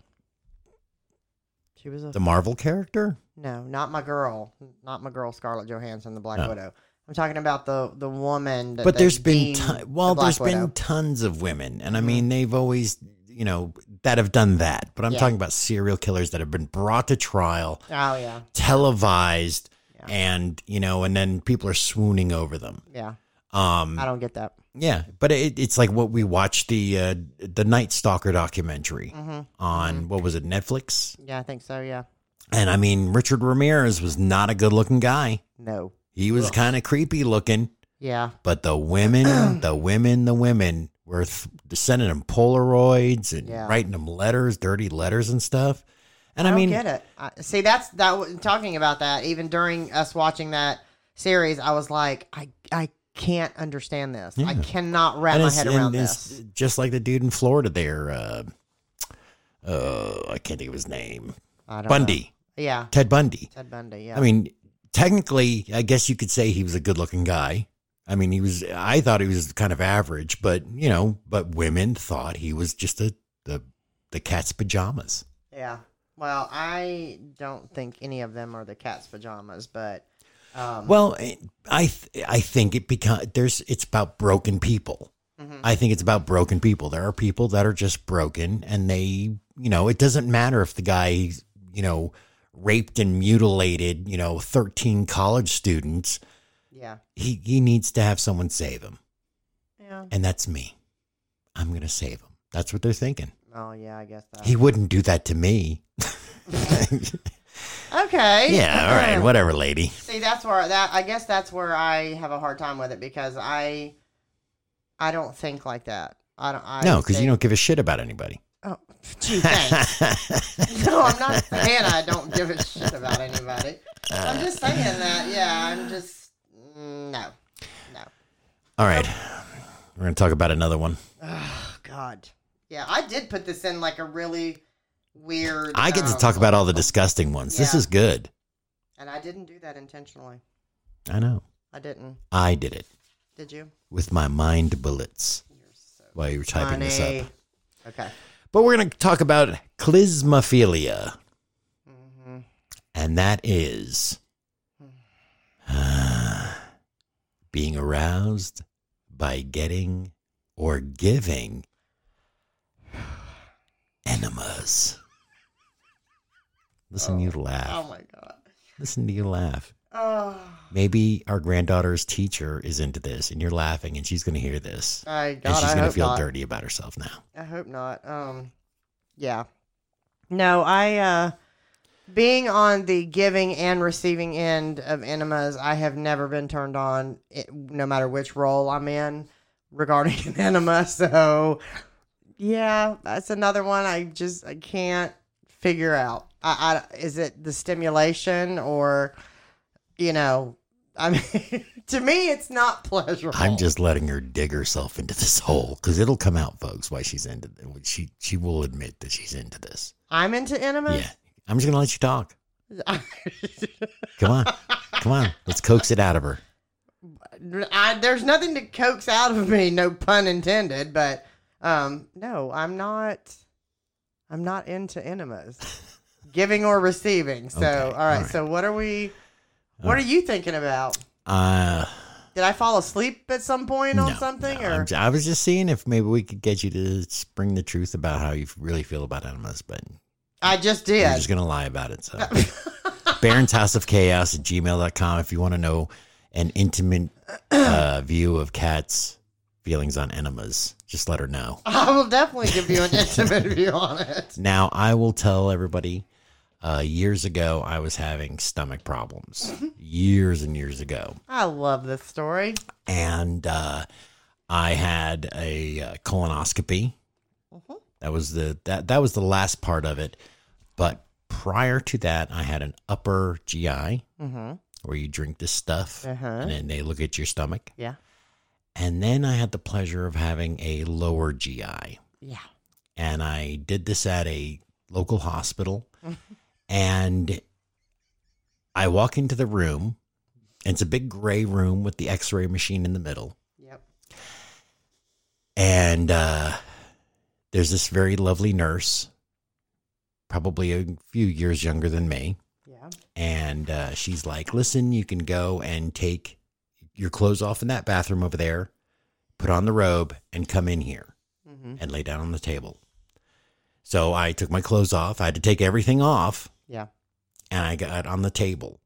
She was a The Marvel character, No, not my girl, not my girl Scarlett Johansson, the Black Oh. Widow. I'm talking about the the woman. That but they there's been deemed ton- the well, Black there's Widow. been tons of women, and I Mhm. mean, they've always, you know, that have done that. But I'm Yeah. talking about serial killers that have been brought to trial, Oh yeah, televised, Yeah. and you know, and then people are swooning over them. yeah. Um, I don't get that. Yeah, but it, it's like what we watched the uh, the Night Stalker documentary hmm on what was it Netflix, Yeah, I think so. Yeah, and I mean Richard Ramirez was not a good looking guy. no. He was Ugh. kind of creepy looking, Yeah, but the women, the women, the women were th- sending him Polaroids and Yeah. writing him letters, dirty letters and stuff. And I, I, don't mean, get it. I, see, that's that. w- Talking about that, even during us watching that series, I was like, I I can't understand this. I Yeah. cannot wrap and my it's- head and around it's this. just like the dude in Florida there. Uh, uh, I can't think of his name. I don't know. Bundy, Yeah, Ted Bundy. Ted Bundy. Yeah. I mean, technically, I guess you could say he was a good looking guy. I mean, he was, I thought he was kind of average, but, you know, but women thought he was just a, the, the cat's pajamas. Yeah. Well, I don't think any of them are the cat's pajamas, but um, Well, eh, I, th- I think it because there's, it's about broken people. mhm. I think it's about broken people. There are people that are just broken and they, you know, it doesn't matter if the guy, you know, raped and mutilated, you know, 13 college students. yeah, He, he needs to have someone save him. yeah. And that's me. I'm going to save him. That's what they're thinking. Oh yeah, I guess that. He wouldn't do that to me. okay. yeah, all right, whatever, lady. See, that's where that I guess that's where I have a hard time with it because I, I don't think like that. I don't. I No, because you think- don't give a shit about anybody. Oh, gee, thanks. no, I'm not saying I don't give a shit about anybody. I'm just saying that. Yeah, I'm just mm, no, no. all right. We're going to talk about another one. Oh God. Yeah, I did put this in like a really weird. I get to um, talk about all the disgusting ones. This Yeah. is good. And I didn't do that intentionally. I know. I didn't. I did it Did you? with my mind bullets You're so while you were typing this up. funny. Okay. But we're going to talk about clismophilia, hmm and that is being aroused by getting or giving enemas. Listen to you Oh laugh. my god. Listen to you laugh. Oh, Maybe our granddaughter's teacher is into this and you're laughing and she's going to hear this. I and Oh god. she's I going to hope feel not. dirty about herself now. I hope not. Um, yeah. No, I uh, being on the giving and receiving end of enemas, I have never been turned on, it, no matter which role I'm in regarding an enema. So, yeah, that's another one I just I can't figure out. I, I is it the stimulation or, you know, I mean, to me, it's not pleasurable. I'm just letting her dig herself into this hole because it'll come out, folks, why she's into She, she will admit that she's into this. I'm into Yeah. enemas. I'm just going to let you talk. Yeah. Come on. Come on. Let's coax it out of her. I, there's nothing to coax out of me, no pun intended, but um, no, I'm not. I'm not into enemas, giving or receiving. So, Okay, all right, all right. So, what are we? What are you thinking about? Uh, Did I fall asleep at some point no, on something? no, or I'm j- I was just seeing if maybe we could get you to spring the truth about how you really feel about Animus, but I just you're did. just gonna lie about it. So, Baron's House of Chaos at gmail.com if you want to know an intimate uh, view of Cat's feelings on enemas. Just let her know. I will definitely give you an intimate view on it. Now, I will tell everybody uh, years ago, I was having stomach problems, years and years ago. I love this story. And uh, I had a uh, colonoscopy. That was the that that was the last part of it, but prior to that, I had an upper GI Mm-hmm. where you drink this stuff Uh-huh. and then they look at your stomach. Yeah. And then I had the pleasure of having a lower GI. Yeah. And I did this at a local hospital. and I walk into the room. and It's a big gray room with the x ray machine in the middle. Yep. And uh, there's this very lovely nurse, probably a few years younger than me. Yeah. and uh, she's like, "Listen, you can go and take your clothes off in that bathroom over there, put on the robe, and come in here Mm-hmm. and lay down on the table." So I took my clothes off. I had to take everything off, Yeah. and I got on the table.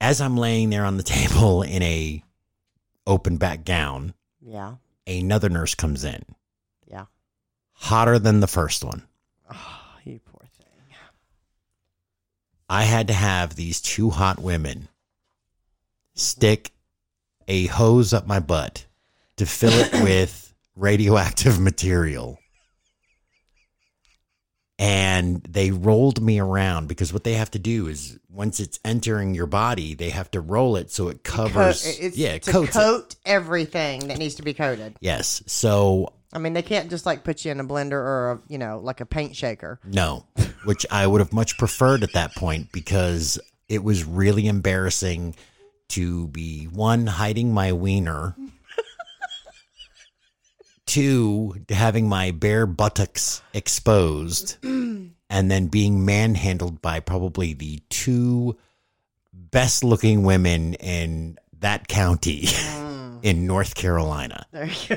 As I'm laying there on the table in a open back gown, Yeah. another nurse comes in, Yeah. hotter than the first one. Oh, you poor thing. I had to have these two hot women stick a hose up my butt to fill it with radioactive material. And they rolled me around because what they have to do is once it's entering your body, they have to roll it so it covers. Co- it's yeah, it to coats it. coat everything that needs to be coated. Yes. So I mean, they can't just like put you in a blender or a, you know, like a paint shaker. No, which I would have much preferred at that point because it was really embarrassing to be one hiding my wiener, two having my bare buttocks exposed, and then being manhandled by probably the two best looking women in that county in North Carolina There you go.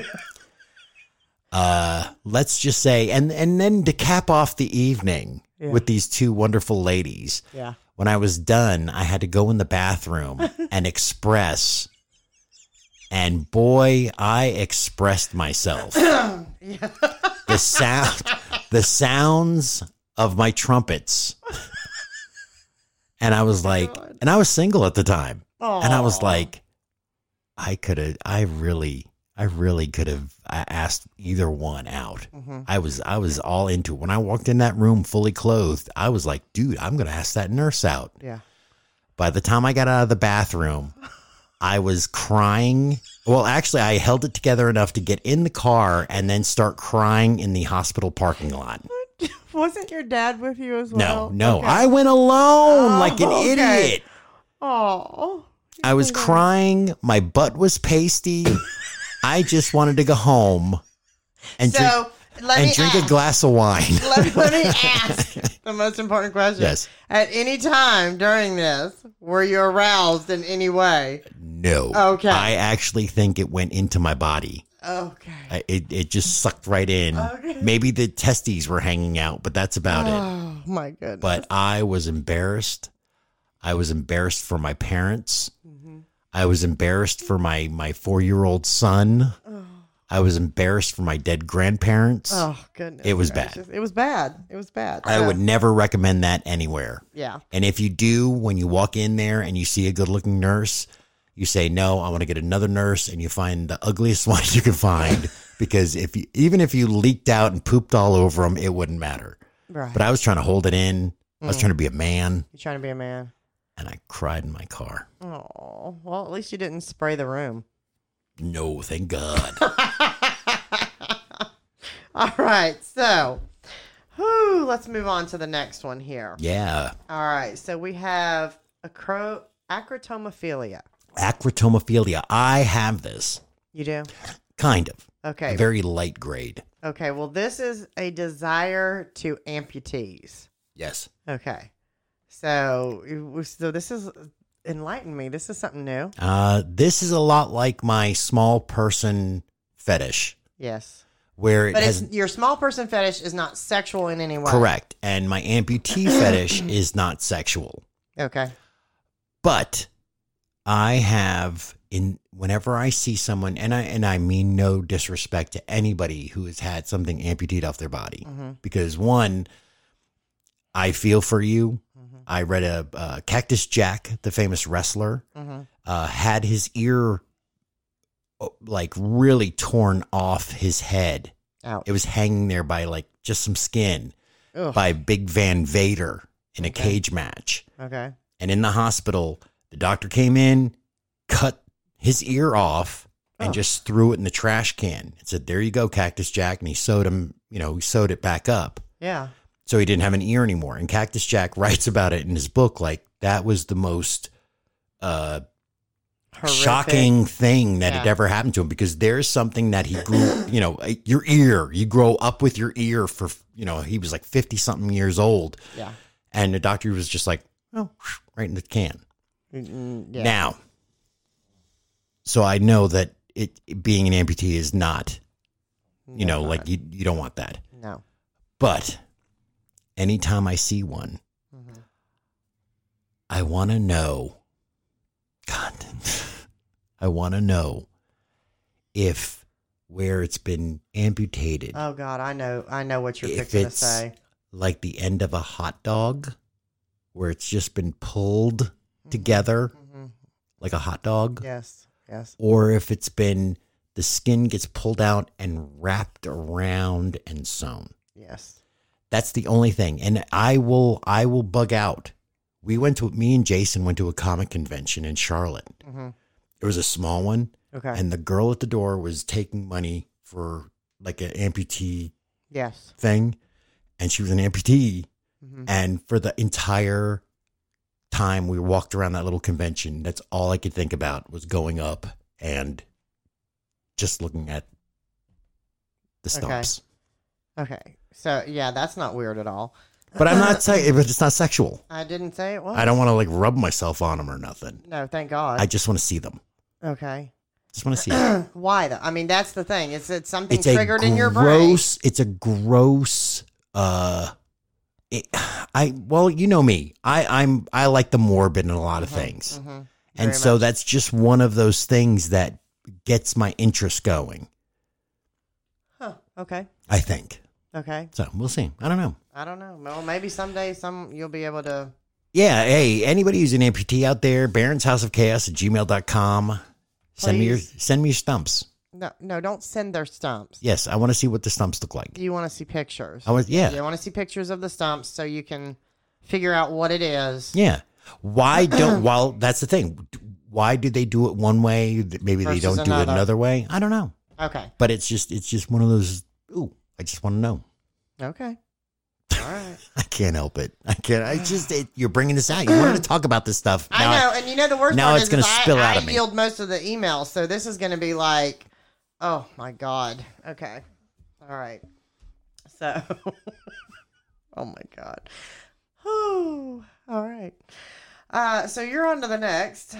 uh, let's just say, and and then to cap off the evening Yeah. with these two wonderful ladies, Yeah. when I was done, I had to go in the bathroom and express. And boy, I expressed myself. Yeah. The sound, the sounds of my trumpets. And I was like, Oh God. and I was single at the time. And I was Aw. like, I could have, I really, I really could have I asked either one out. Mhm. I was, I was all into it. When I walked in that room fully clothed, I was like, dude, I'm going to ask that nurse out. yeah. By the time I got out of the bathroom, I was crying. Well, actually, I held it together enough to get in the car and then start crying in the hospital parking lot. Wasn't your dad with you as No, well? no, I went alone Oh, like an okay. idiot. Oh. I was crying. My butt was pasty. I just wanted to go home and drink, So let and me drink ask, a glass of wine. Let, me- let me ask the most important question. Yes. At any time during this, were you aroused in any way? No. Okay. I actually think it went into my body. Okay. I, it, it just sucked right in. Okay. Maybe the testes were hanging out, but that's about it. Oh my goodness. But I was embarrassed. I was embarrassed for my parents. Mm-hmm. I was embarrassed for my, my four year old son. I was embarrassed for my dead grandparents. oh goodness. It was bad. It was bad. It was bad. I So, would never recommend that anywhere. Yeah. And if you do, when you walk in there and you see a good looking nurse, you say, No, I want to get another nurse. And you find the ugliest one you can find because if you, even if you leaked out and pooped all over them, it wouldn't matter. Right. But I was trying to hold it in, I Mm. was trying to be a man, You're trying to be a man. and I cried in my car. Oh well, at least you didn't spray the room. No, thank God. All right, so whew, let's move on to the next one here. yeah. All right, so we have acro- acrotomophilia. Acrotomophilia. I have this, You do? kind of, a Okay. very light grade. Okay, well, this is a desire to amputees. Yes. Okay. So, you- so this is enlighten me. This is something new. Uh, this is a lot like my small person fetish, Yes. where it But has it's your small person fetish is not sexual in any way. correct, and my amputee fetish is not sexual. Okay. but I have in whenever I see someone, and I and I mean no disrespect to anybody who has had something amputated off their body, Mm-hmm. because one, I feel for you. Mm-hmm. I read a uh, Cactus Jack, the famous wrestler, Mm-hmm. uh, had his ear oh, like really torn off his head. Out. It was hanging there by like just some skin Ugh. by Big Van Vader in a Okay. cage match Okay. and in the hospital, the doctor came in, cut his ear off, and Oh. just threw it in the trash can. And said, "There you go, Cactus Jack." And he sewed him, you know, he sewed it back up, Yeah. so he didn't have an ear anymore. And Cactus Jack writes about it in his book, like that was the most uh, Horrific. shocking thing that had Yeah. ever happened to him because there's something that he grew, you know, uh, your ear. You grow up with your ear for, you know, he was like fifty something years old, Yeah. and the doctor was just like, "Oh, right in the can." Mm, Yeah. Now, so I know that it, it being an amputee is not, you No, know, not. like you, you don't want that. no. But anytime I see one, Mhm. I want to know. God, I want to know if where it's been amputated, Oh God, I know. I know what you're If fixing to it's- say. like the end of a hot dog, where it's just been pulled together Mhm. like a hot dog. Yes. Yes. or if it's been the skin gets pulled out and wrapped around and sewn. Yes. That's the only thing. And I will I will bug out. We went to me and Jason went to a comic convention in Charlotte. hmm It was a small one Okay. and the girl at the door was taking money for like an amputee yes. thing and she was an amputee hmm and for the entire time we walked around that little convention, that's all I could think about was going up and just looking at the Okay. stumps. Okay. So yeah, that's not weird at all. But I'm not saying, but it's not sexual. I didn't say it was. I don't want to like rub myself on them or nothing. No, thank God. I just want to see them. okay. Just want to see. It. Why though? I mean, that's the thing. It's it's something It's triggered a in your brain. gross. It's a gross. Uh, it, I well, you know me. I I'm I like the morbid in a lot of things. hmm And so that's just one of those things that gets my interest going, Huh. Okay. I think. Okay. So we'll see. I don't know. I don't know. Well, maybe someday some you'll be able to. Yeah. Hey, anybody who's an amputee out there, Baron's House of Chaos at gmail.com. Send me your Please. send me your stumps. No, no, don't send their stumps. Yes, I want to see what the stumps look like. You want to see pictures. I was You yeah. want to see pictures of the stumps so you can figure out what it is. Yeah. Why don't well that's the thing. Why do they do it one way? that Maybe they Versus don't do it another. another way. I don't know. Okay. But it's just it's just one of those ooh, I just want to know. Okay. All right. I can't help it. I can't. I just it, you're bringing this out. You wanted to talk about this stuff. Now I know, and you know the worst now part it's is, gonna is I- spill I, out of me. yield most of the emails, so this is going to be like, oh my god. Okay, all right. So, oh my god. Whew. all right. Uh, so you're on to the next.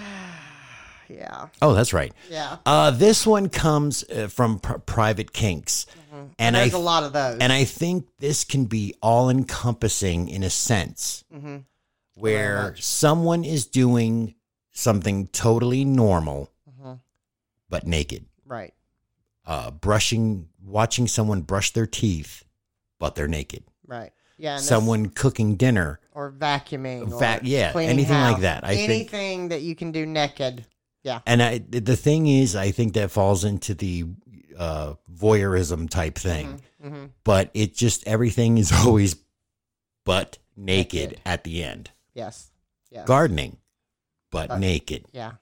yeah, Oh, that's right. yeah. Uh, this one comes uh, from pr- Private Kinks, and I Mm-hmm. There's a lot of those. and I think this can be all encompassing in a sense, Mhm. where someone is doing something totally normal, Mhm. but naked, Right. uh, brushing, watching someone brush their teeth, but they're naked. Right. Yeah. and this- someone cooking dinner, or vacuuming. or Vac- yeah, cleaning anything like house. that, I think- anything that you can do naked. Yeah. and I th- the thing is, I think that falls into the uh, voyeurism type thing. hmm but it just everything is always butt naked, Naked. at the end. Yes. Yes. Gardening, butt Butt- naked. Yeah.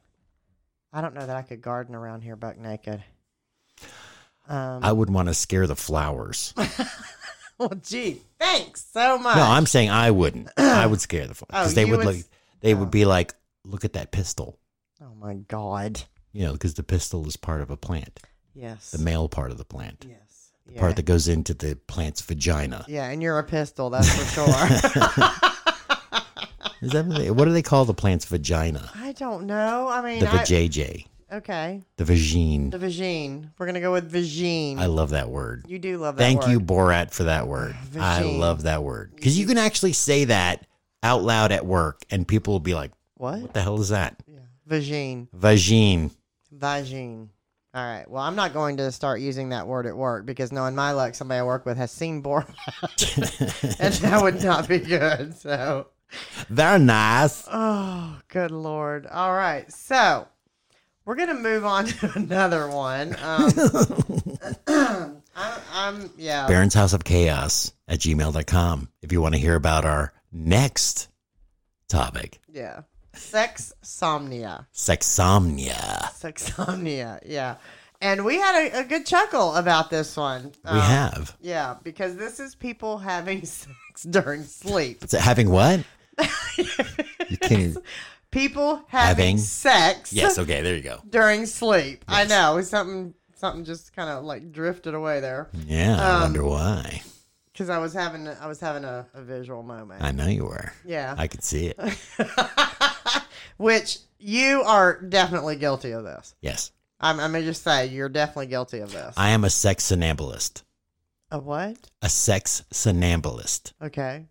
I don't know that I could garden around here buck naked. Um, I would want to scare the flowers. well, gee, thanks so much. No, I'm saying I wouldn't. I would scare the flowers because Oh, they you would would like s- they oh. would be like, look at that pistol. Oh my God. You know, because the pistol is part of a plant, Yes. the male part of the plant, yes. Yeah. part that goes into the plant's vagina. yeah, and you're a pistol, that's for sure. Is that what, they, what do they call the plant's vagina? I don't know. I mean, The I, vajayjay. okay, The vagine. the vagine. We're gonna go with vagine. I love that word. you do love that. Thank word. you, Borat, for that word. I Vagine. love that word. Because you can actually say that out loud at work and people will be like, what What? the hell is that? Yeah. Vagine. Vagine. Vagine. All right. Well, I'm not going to start using that word at work because knowing my luck, somebody I work with has seen Borat, and that would not be good. So. They're nice. Oh, good lord. All right. So we're going to move on to another one. Um, I'm, I'm, yeah. Baron's House of Chaos at gmail.com if you want to hear about our next topic, Yeah. Sex somnia. sexomnia. Sexomnia. Yeah. And we had a, a good chuckle about this one. Um, We have. Yeah. Because this is people having sex during sleep. It's having what? you can People Having- having, sex Yes, okay, there you go. during sleep. I know. Something, something just kind of like drifted away there. Yeah, Um, I wonder why. because I was having I was having a, a visual moment. I know you were. yeah, I could see it. which you are definitely guilty of this. Yes. I'm, I'm gonna just say you're definitely guilty of this. I am a sex somnambulist. a what? A sex somnambulist. Okay,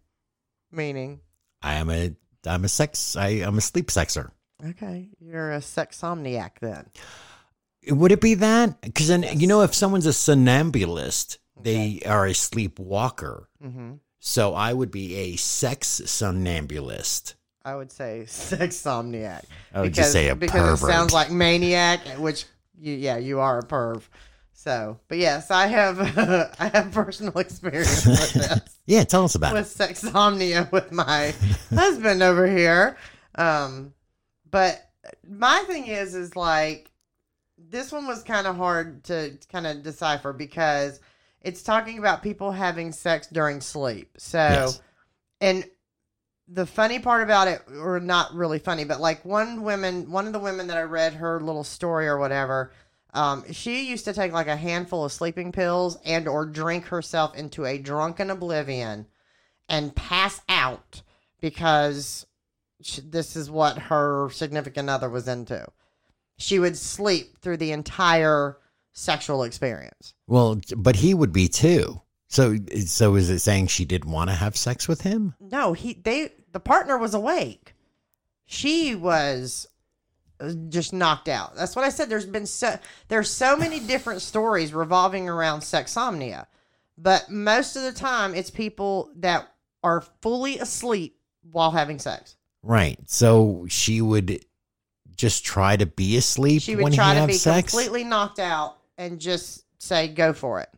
meaning I am a I'm a sex I, I'm a sleep sexer. okay, you're a sexomniac then. Would it be that? Because then you know if someone's a somnambulist, they are a sleepwalker. hmm So I would be a sex somnambulist. I would say sexomniac. I would just say a because pervert. it sounds like maniac, which you, yeah, you are a perv. So, but yes, I have I have personal experience with this. Yeah, tell us about it. with sexomnia with my husband over here. Um, but my thing is, is like this one was kind of hard to kind of decipher because it's talking about people having sex during sleep. So, Yes. and the funny part about it, or not really funny, but like one woman, one of the women that I read her little story or whatever. Um, she used to take like a handful of sleeping pills and or drink herself into a drunken oblivion and pass out because sh this is what her significant other was into. She would sleep through the entire sexual experience. Well, but he would be too. So so is it saying she didn't want to have sex with him? No, he they the partner was awake. She was uh, just knocked out. That's what I said. There's been so there's so many different stories revolving around sexomnia, but most of the time it's people that are fully asleep while having sex. Right. So she would just try to be asleep she would when try he to have be sex. completely knocked out and just say go for it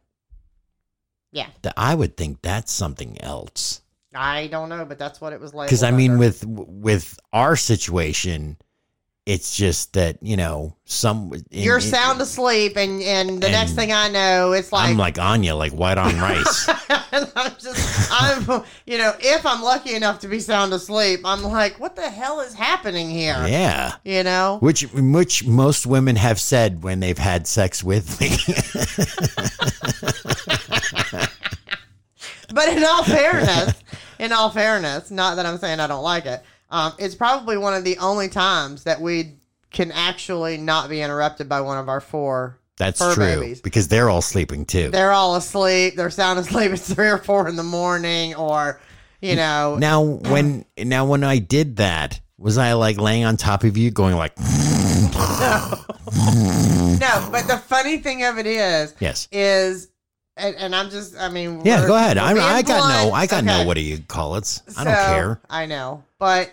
yeah Th- I would think that's something else. i don't know but that's what it was like Because I mean, with with our situation, it's just that you know some. in- you're in- sound asleep and and the next And thing i know it's like I'm like Anya, like white on rice. and I'm just, I'm, you know, if I'm lucky enough to be sound asleep, I'm like, what the hell is happening here? yeah. You know, Which which most women have said when they've had sex with me. but in all fairness, in all fairness, not that I'm saying I don't like it, um, it's probably one of the only times that we can actually not be interrupted by one of our four. That's Fur true babies. because they're all sleeping too. They're all asleep. They're sound asleep. It's three or four in the morning, or you know, Now when now when I did that, was I like laying on top of you going like no. But the funny thing of it is, yes. is, and, and I'm just, I mean, Yeah, we're- go ahead. I we're I being got no blunt. I got Okay. no what do you call it? I don't So, care. I know, but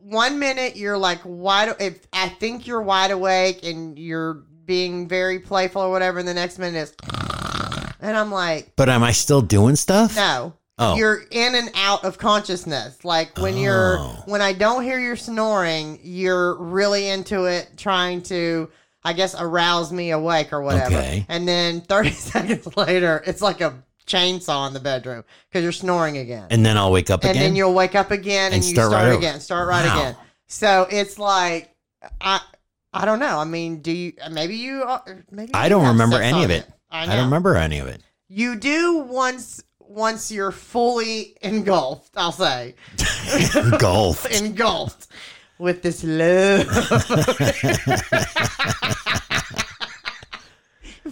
one minute you're like wide. If I think you're wide awake and you're being very playful or whatever, and the next minute is, and I'm like, But am I still doing stuff? no. Oh. You're in and out of consciousness. Like when you're Oh. when I don't hear your snoring, you're really into it, trying to, I guess, arouse me awake or whatever. Okay. And then 30 seconds later, it's like a chainsaw in the bedroom because you're snoring again And then I'll wake up and again. then you'll wake up again and, And you start start, right over. again start right Wow. again so it's like i i don't know i mean do you maybe you are- maybe I you don't have remember sex any on of it. I, I know. don't remember any of it. you do once once you're fully engulfed i'll say Golf. engulfed with this love.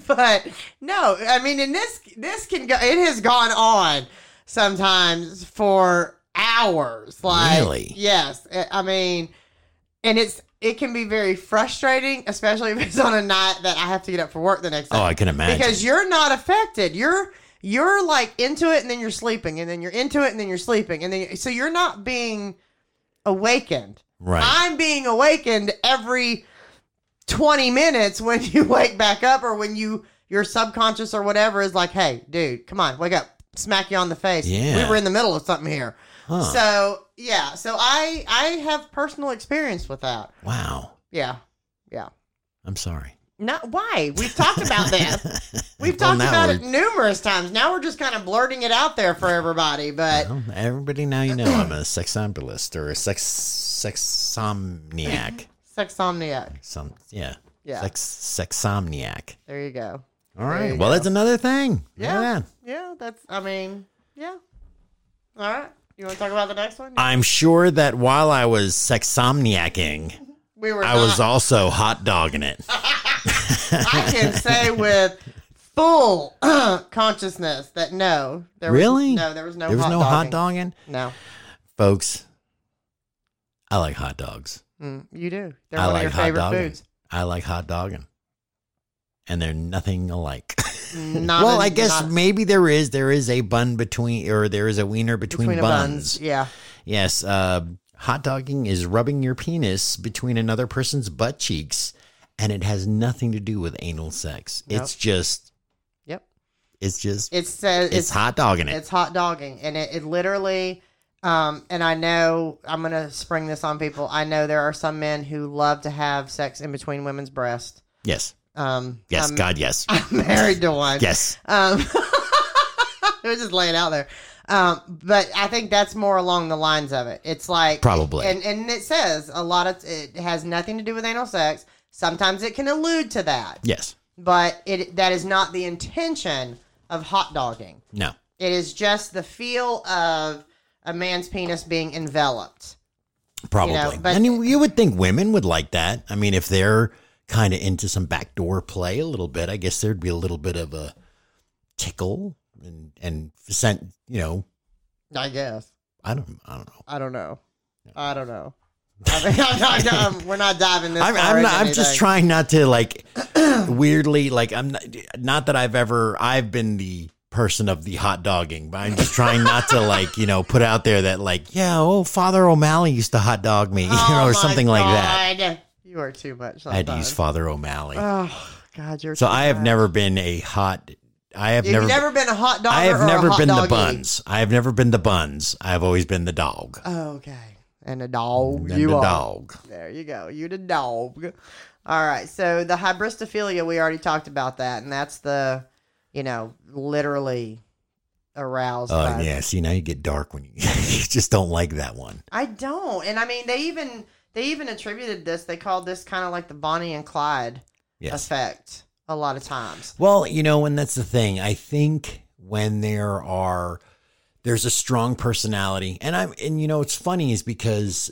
but no, I mean, and this this can go. It has gone on sometimes for hours. Like, Really? Yes, I- I mean, and it's it can be very frustrating, especially if it's on a night that I have to get up for work the next day Oh, I can imagine. because you're not affected. You're you're like into it and then you're sleeping and then you're into it and then you're sleeping and then so you're not being awakened. right. I'm being awakened every 20 minutes when you wake back up or when you your subconscious or whatever is like, "Hey, dude, come on, wake up." Smack you on the face. Yeah. We were in the middle of something here. Huh. So, yeah. So I I have personal experience with that. wow. Yeah. I'm sorry. Not why. We've talked about this. We've Well, talked now about we- it numerous times. Now we're just kind of blurting it out there for everybody, but Well, everybody now you know I'm a sexombilist or a sex sexomniac. sexomniac. Some yeah. Yeah. Sex sexomniac. There you go. All There right. you Well, that's another thing. Look at Yeah. that. Yeah, that's I mean, yeah. All right. You want to talk about the next one? I'm sure that while I was sexomniacing, we were I not- was also hot dogging it. I can say with full consciousness that no, there was Really? no there was no there was hot no hot dogging. dogging, No. folks. I like hot dogs. Mm, you do. They're I one like of your hot favorite dogging. foods. I like hot dogging, and they're nothing alike. Not well, a- I guess not- maybe there is there is a bun between or there is a wiener between, the buns. Yeah. Yes, uh, hot dogging is rubbing your penis between another person's butt cheeks, and it has nothing to do with anal sex. Nope. It's just Yep. it's just It says it's, hot dogging it. It's hot dogging, and it, it literally. Um, and I know I'm gonna spring this on people. I know there are some men who love to have sex in between women's breasts. Yes, Um, yes, I'm, God, yes, I'm married to one. yes. Um, it was just laying out there. Um, but I think that's more along the lines of it. It's like Probably. and and it says a lot of it has nothing to do with anal sex. Sometimes it can allude to that, Yes, but it that is not the intention of hot dogging. no, It is just the feel of a man's penis being enveloped. probably. but- and you, you would think women would like that. I mean, if they're kind of into some backdoor play a little bit, I guess there'd be a little bit of a tickle and and sent. You know, I guess. I don't, I don't know. I don't know. I don't know. I mean, I'm not, I'm- we're not diving this. I'm, far I'm, into not, I'm just anything. trying not to like weirdly like I'm not, not that I've ever I've been the person of the hot dogging, but I'm just trying not to like you know put out there that like yeah oh Father O'Malley used to hot dog me Oh or my something like that. God. You are too much. I had to use sometimes. Father O'Malley, Oh God, you're. so too I have much. never been a hot. I have You've never. never, been a hot dog. I have never been the bun. buns. I have never been the buns. I have always been the dog. Oh, okay, and a dog. Been Oh, you the are. dog. There you go. You the dog. All right. So the hybristophilia, we already talked about that, and that's the, you know, literally aroused. Oh by- yeah, see now you get dark when you, you just don't like that one. I don't, and I mean they even they even attributed this. They called this kind of like the Bonnie and Clyde Yes. effect a lot of times. Well, you know, and that's the thing. I think when there are there's a strong personality, and I'm and you know, it's funny is because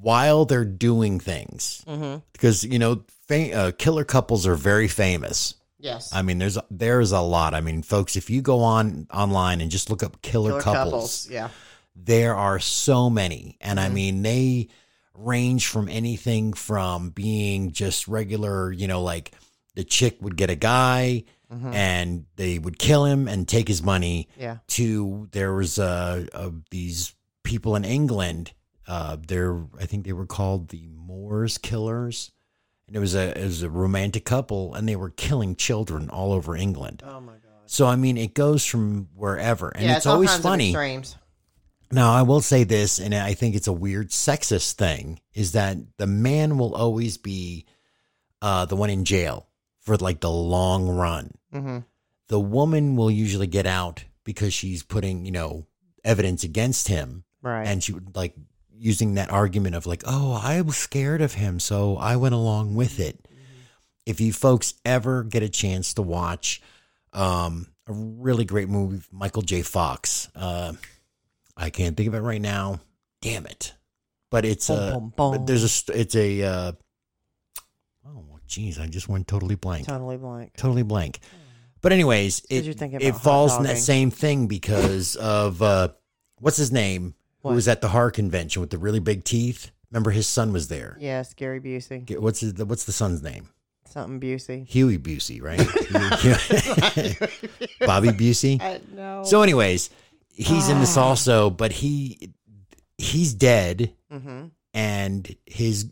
while they're doing things, Mm-hmm. because you know, fa- uh, killer couples are very famous. Yes. I mean, there's there's a lot. I mean, folks, if you go on online and just look up killer, Killer couples, Mm-hmm. Yeah. there are so many and i Mhm. mean they range from anything from being just regular you know like the chick would get a guy Mhm. and they would kill him and take his money Yeah. to there was uh, uh these people in england uh they're i think they were called the moors killers and it was a it was a romantic couple and they were killing children all over england Oh my God. so i mean it goes from wherever and yeah, it's, always all kinds Of funny extremes. now, I will say this, and I think it's a weird sexist thing, is that the man will always be uh, the one in jail for like the long run. Mm-hmm. The woman will usually get out because she's putting, you know, evidence against him. Right. And she would like using that argument of like, oh, I was scared of him, so I went along with it. Mm-hmm. If you folks ever get a chance to watch um, a really great movie, with Michael J. Fox, uh, I can't think of it right now. Damn it. but it's Boom, a boom, boom. but there's a st- it's a uh, oh geez, I just went totally blank, Totally blank. totally blank. But anyways, you're it thinking it about hot falls in that dogging. same thing because of uh, what's his name What? who was at the horror convention with the really big teeth. Remember his son was there. Yes, Gary Busey. Get- What's his, what's the son's name? Something Busey. Huey Busey, right? Bobby Busey. I know. So, anyways, he's in Ah. this also, but he he's dead, mm-hmm. and his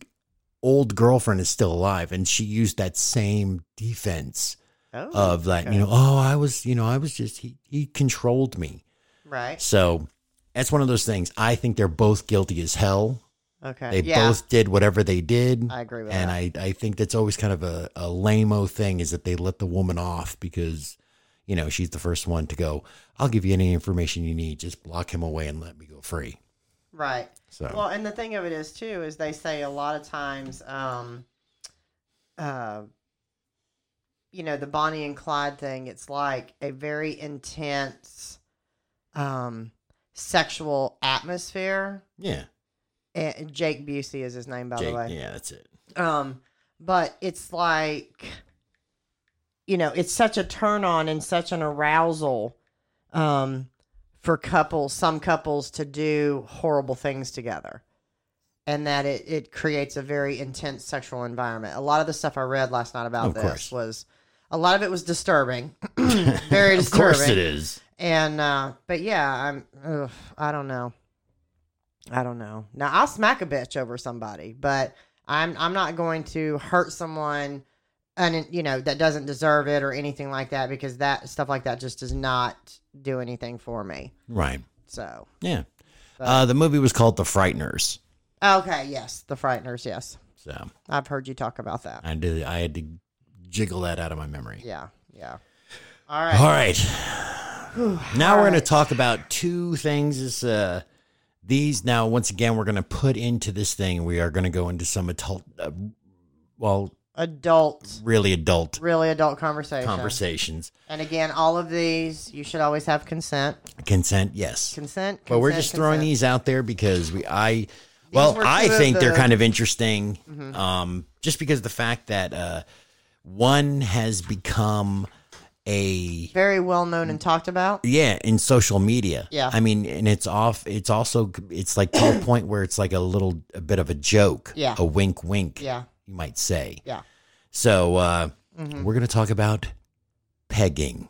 old girlfriend is still alive, and she used that same defense oh, of like, okay. you know, oh, I was, you know, I was just he he controlled me. right. So that's one of those things. I think they're both guilty as hell. Okay. They Uh, yeah, both did whatever they did. I agree with And that. I, I think that's always kind of a, a lame-o thing is that they let the woman off because, you know, she's the first one to go, I'll give you any information you need. Just block him away and let me go free. right. So, Well, and the thing of it is too is they say a lot of times, um, uh, you know, the Bonnie and Clyde thing. It's like a very intense, um, sexual atmosphere. yeah. And Jake Busey is his name, by the Jake, way. yeah, that's it. Um, but it's like, you know, it's such a turn on and such an arousal, um, for couples, some couples to do horrible things together, and that it it creates a very intense sexual environment. A lot of the stuff I read last night about Of this course. was, a lot of it was disturbing, very disturbing. Of course it is. And uh, but yeah, I'm. Ugh, I don't know. I don't know. Now I'll smack a bitch over somebody, but I'm I'm not going to hurt someone, and you know that doesn't deserve it or anything like that because that stuff like that just does not do anything for me. Right. So Yeah. Uh, the movie was called The Frighteners. okay, yes, the frighteners. Yes, So I've heard you talk about that. I did I had to jiggle that out of my memory. Yeah, yeah. All right. All right. now all we're going right. to talk about two things. Is uh, these now once again we're going to put into this thing. We are going to go into some adult, uh, well, Adult, really adult really adult conversation. conversations. And again, all of these you should always have consent. Consent, yes. Consent. but we're consent, just throwing consent. these out there because we I well were I two of think they're the- Mm-hmm. kind of interesting. Um, just because the fact that uh, one has become a very well known Mm. and talked about. Yeah, in social media. Yeah. I mean, and it's off. It's also it's like to a point where it's like a little a bit of a joke. Yeah. A wink, wink. Yeah. You might say. Yeah. Mm-hmm. So uh, we're gonna talk about pegging,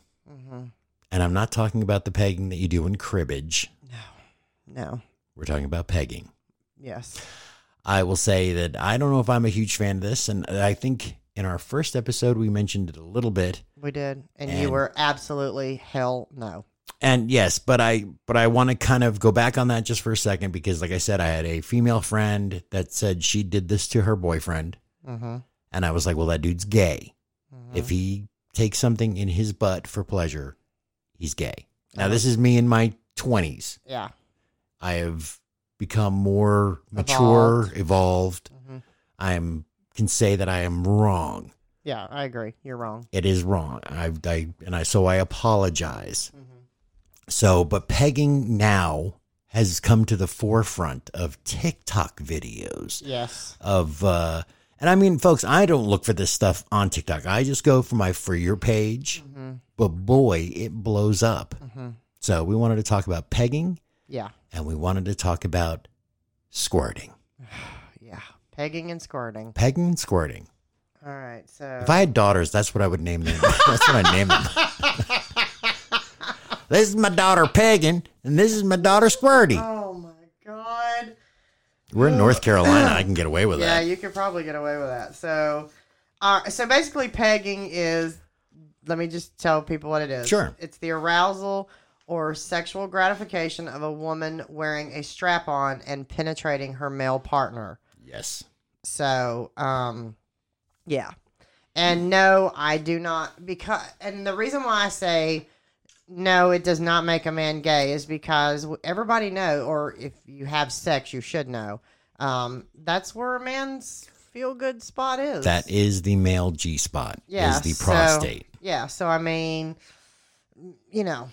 and I'm not talking about the pegging that you do in cribbage. No. We're talking about pegging. Yes. I will say that I don't know if I'm a huge fan of this, and I think in our first episode we mentioned it a little bit. We did. And, you And- were absolutely hell no. and yes but i but i want to kind of go back on that just for a second because like i said i had a female friend that said she did this to her boyfriend Mm-hmm. and i was like well that dude's gay if he takes something in his butt for pleasure he's gay now this is me in my 20s Yeah. i have become more mature evolved, Mhm. i am can say that i am wrong Yeah. I agree. You're wrong. it is wrong i, I and i so i apologize Mm-hmm. So, but pegging now has come to the forefront of TikTok videos Yes. of uh and I mean folks, I don't look for this stuff on TikTok. I just go for my for your page, Mm-hmm. but boy, it blows up. Mm-hmm. So, we wanted to talk about pegging Yeah. and we wanted to talk about squirting. Yeah. Pegging and squirting. Pegging and squirting. All right. So. If I had daughters, that's what I would name them. That's what I name them. this is my daughter Pegging, and this is my daughter Squirty. oh my God. We're in North Carolina. I can get away with Yeah. that. You could probably get away with that. So. Uh, so basically, pegging is. Let me just tell people what it is. Sure. It's the arousal or sexual gratification of a woman wearing a strap on and penetrating her male partner. Yes. So, um, yeah. And no, I do not because and the reason why I say no, it does not make a man gay is because everybody know or if you have sex, you should know. Um, that's where a man's feel good spot is. That is the male G spot. yeah, Is the so- prostate. yeah, so I mean, you know,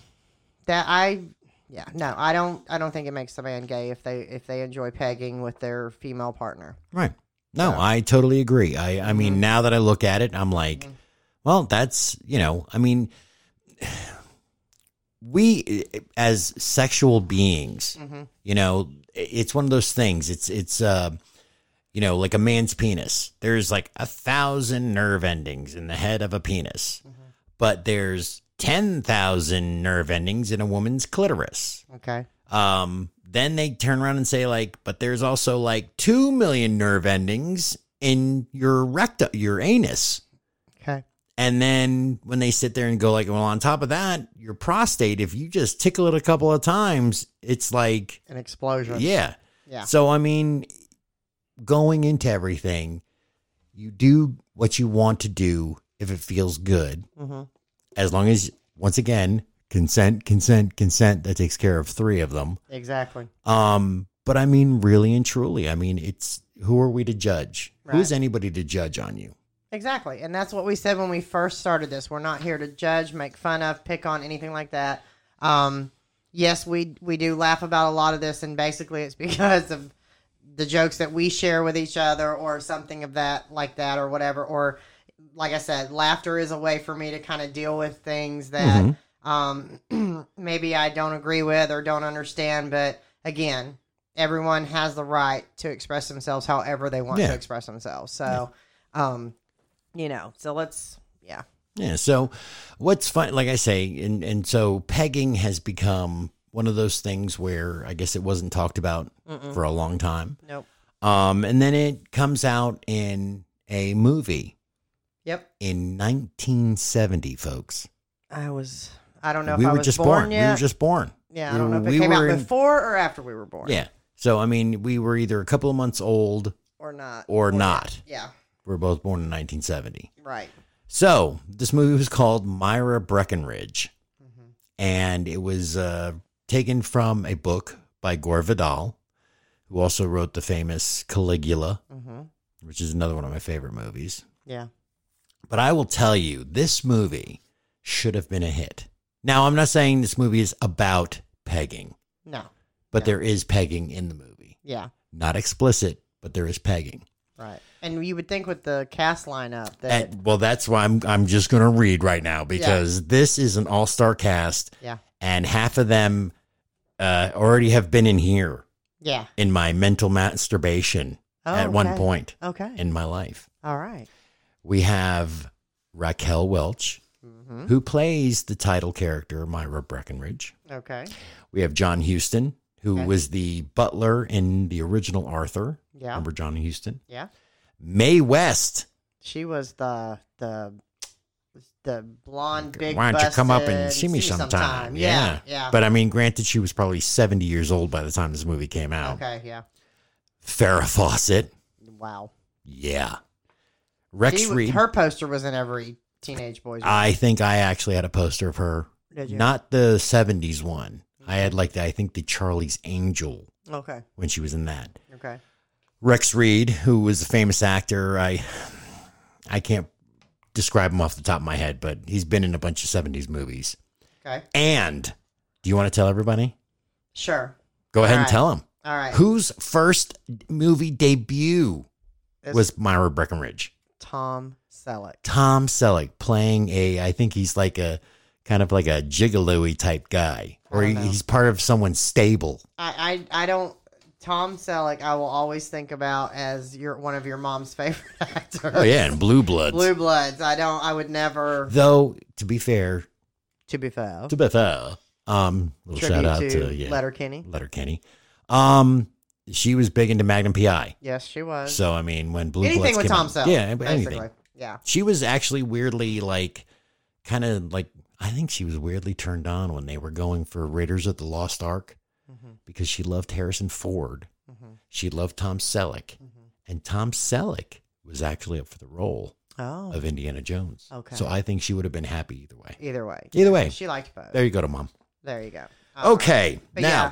that I yeah. No, I don't. I don't think it makes a man gay if they if they enjoy pegging with their female partner. Right. No, I totally agree. I, I mean, now that I look at it, I'm like, well, that's, you know, I mean, we as sexual beings, you know, it's one of those things. It's, it's, uh, you know, like a man's penis. There's like a thousand nerve endings in the head of a penis, but there's 10,000 nerve endings in a woman's clitoris. Okay. Um, then they turn around and say like, but there's also like two million nerve endings in your rectum, your anus. Okay. And then when they sit there and go like, well, on top of that, your prostate, if you just tickle it a couple of times, it's like, An explosion. yeah. Yeah. So I mean, going into everything, you do what you want to do if it feels good, hmm as long as once again consent, consent, consent. That takes care of three of them. Exactly. Um, but I mean, really and truly, I mean, it's who are we to judge? Who is Right. anybody to judge on you? Exactly. And that's what we said when we first started this. We're not here to judge, make fun of, pick on anything like that. Um, yes, we we do laugh about a lot of this and basically it's because of the jokes that we share with each other or something of that like that or whatever or like I said, laughter is a way for me to kind of deal with things that um, maybe I don't agree with or don't understand, but again, everyone has the right to express themselves however they want Yeah. to express themselves. So, um, you know, so let's, yeah, Yeah. So, what's fun? Like I say, and and so pegging has become one of those things where I guess it wasn't talked about Mm. for a long time. nope, Um, and then it comes out in a movie yep. in 1970, folks. I was, I don't know we if I were was just born, born. yet. We were just born. yeah, we I don't know were- if it we came out were in- before or after we were born. Yeah. So I mean, we were either a couple of months old or not, or not. yeah, We were both born in 1970. right. So this movie was called Myra Breckenridge, Mm-hmm. and it was uh, taken from a book by Gore Vidal, who also wrote the famous Caligula, Mm-hmm. which is another one of my favorite movies. Yeah, But I will tell you, this movie should have been a hit. Now, I'm not saying this movie is about pegging, no, but Yeah. there is pegging in the movie. yeah, Not explicit, but there is pegging. right. And you would think with the cast lineup that, And- well, that's why I'm I'm just going to read right now because this is an all-star cast. yeah, and half of them uh, already have been in here yeah. in my mental masturbation Oh, at one okay. point Okay. in my life. All right. We have Raquel Welch, Mm-hmm. who plays the title character, Myra Breckenridge. Okay. We have John Huston, who Okay. was the butler in the original Arthur. Yeah. Remember John Huston? Yeah. Mae West. She was the the the blonde big. Why don't you come up and busted, see me sometime? Yeah. Yeah. But I mean, granted, she was probably 70 years old by the time this movie came out. okay. Yeah. Farrah Fawcett. Wow. Yeah. Rex She was- Reed. Her poster was in every teenage boy's. I think I actually had a poster of her. Did you? Not the 70s one. I had like the, I think the Charlie's Angel okay. when she was in that. Okay. Rex Reed, who was a famous actor. I I can't describe him off the top of my head, but he's been in a bunch of 70s movies. Okay. And do you want to tell everybody? Sure. Go ahead and Alright. tell them. All right. Whose first movie debut It's was Myra Breckenridge? Tom Selleck? Tom Selleck playing a I think he's like a kind of like a gigolo type guy. I Or don't he, know. he's part of someone's stable. I, I I don't. Tom Selleck, I will always think about as your one of your mom's favorite actors. Oh yeah, and Blue Bloods. Blue Bloods. I don't. I would never. Though to be fair, To be fair. to be fair, um little Oh. Tribute shout out to, to, yeah, Letter. Letterkenny. Kenny. Um she was big into Magnum PI. Yes, she was. So I mean when Blue Uh, anything Bloods with came Tom out- Selleck. Yeah, basically. anything. Yeah. She was actually weirdly like kind of like I think she was weirdly turned on when they were going for Raiders of the Lost Ark Mm-hmm, because she loved Harrison Ford. She loved Tom Selleck, mm-hmm. and Tom Selleck was actually up for the role Oh. of Indiana Jones. Okay. So I think she would have been happy either way. Either way. Either way, She liked both. there you go to mom. There you go. Um, Okay, Uh, But now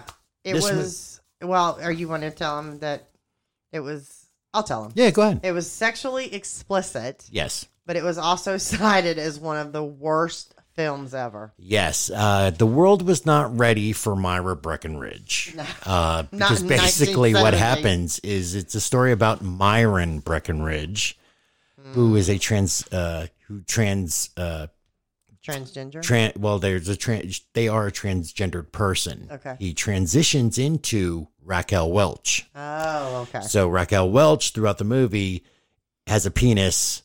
yeah, it this mo- was. well, are you want to tell him that it was? I'll tell him. yeah. go ahead. It was sexually explicit, Yes, but it was also cited as one of the worst films ever. Yes, uh, the world was not ready for Myra Breckenridge. Uh, because in basically, what 1970. happens is it's a story about Myron Breckenridge, Hmm. who Mm. is a trans, uh, who trans, uh, Transgender. tran well, there's a trans, they are a transgendered person. Okay. He transitions into Raquel Welch. oh, okay. So Raquel Welch throughout the movie has a penis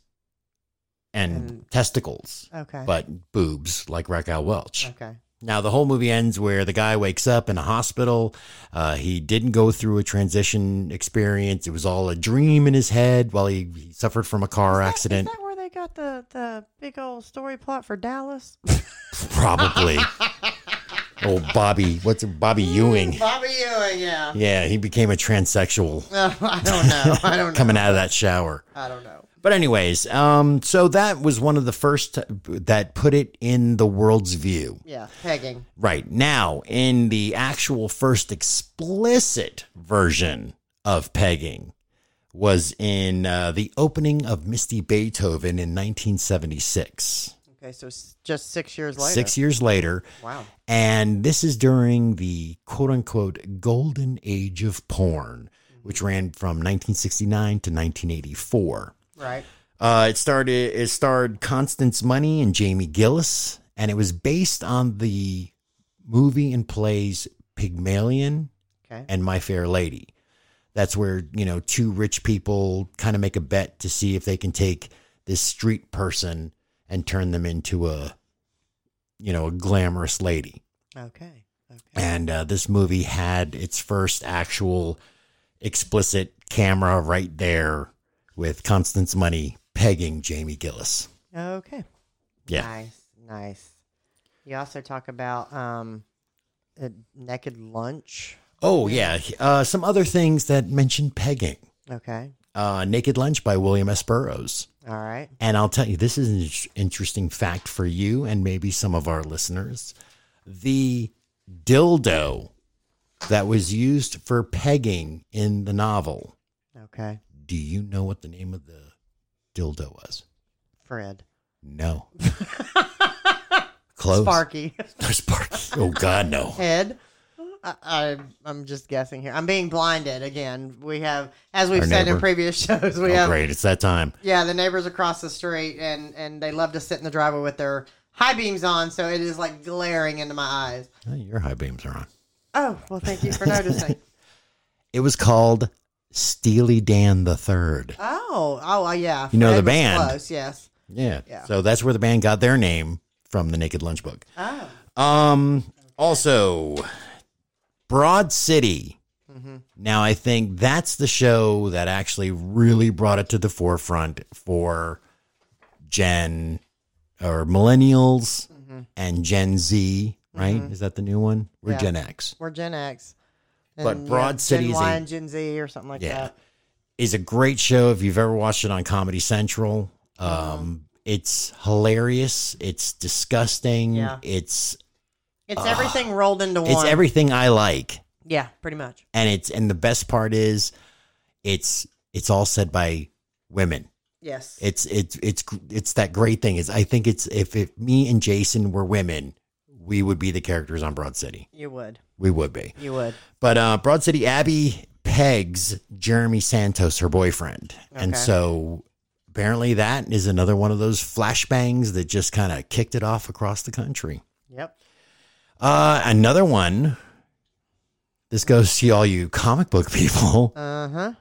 and And- testicles, Okay. but boobs like Raquel Welch. okay. Now, the whole movie ends where the guy wakes up in a hospital. Uh, he didn't go through a transition experience. It was all a dream in his head while he, he suffered from a car accident. Is that where they got the, the big old story plot for Dallas? Probably. oh, Bobby. What's it? Bobby Ewing? Bobby Ewing, yeah. Yeah, he became a transsexual No, I don't know. I don't know. coming out of that shower. I don't know. But anyways, um, so that was one of the first t- that put it in the world's view. Yeah, pegging. Right now, in the actual first explicit version of pegging, was in uh, the opening of Misty Beethoven in 1976. Okay, so s- just six years later. Six years later, Wow. and this is during the quote unquote golden age of porn, which ran from 1969 to 1984. Right. Uh, it started. It starred Constance Money and Jamie Gillis, and it was based on the movie and plays Pygmalion Okay. and My Fair Lady. That's where you know two rich people kind of make a bet to see if they can take this street person and turn them into a you know a glamorous lady. Okay. Okay. And uh, this movie had its first actual explicit camera right there with Constance Money pegging Jamie Gillis. Okay. Yeah. Nice. Nice. You also talk about um, a naked lunch. Oh, yeah. Uh, some other things that mentioned pegging Okay. uh, Naked Lunch by William S. Burroughs. All right. And I'll tell you, this is an in- interesting fact for you and maybe some of our listeners. The dildo that was used for pegging in the novel, Okay. do you know what the name of the dildo was? Fred. No. Close. Sparky. Spark. Oh God, no. Head. I, I, I'm just guessing here. I'm being blinded again. We have, as we've Our said in neighbor. previous shows, we Oh, have great, it's that time. Yeah, the neighbors across the street, and and they love to sit in the driveway with their high beams on, so it is like glaring into my eyes. Oh, your high beams are on. Oh well, thank you for noticing. It was called Steely Dan the Third. oh, oh uh, yeah, You know the Fred was band. Close, yes. Yeah. Yeah. So that's where the band got their name from the Naked Lunch Book. Oh, Um. Also, Broad City. Mm-hmm. Now I think that's the show that actually really brought it to the forefront for Gen or millennials and Gen Z. Right? Is that the new one? We're Mm-hmm. Yeah. Gen X. we're Gen X, But yeah, Broad City Gen is Y a- and Gen Z or something like Yeah. that. Is a great show if you've ever watched it on Comedy Central. Uh-huh. Um, it's hilarious. It's disgusting. Yeah. It's It's everything rolled into one. it's everything I like. yeah, pretty much. and it's and the best part is it's it's all said by women Yes, it's it's it's it's that great thing is i think it's if, if me and jason were women we would be the characters on broad city you would, we would be you would. but uh broad city abby pegs jeremy santos her boyfriend and Okay. so apparently that is another one of those flashbangs that just kind of kicked it off across the country Yep. uh another one this goes to all you comic book people Uh huh.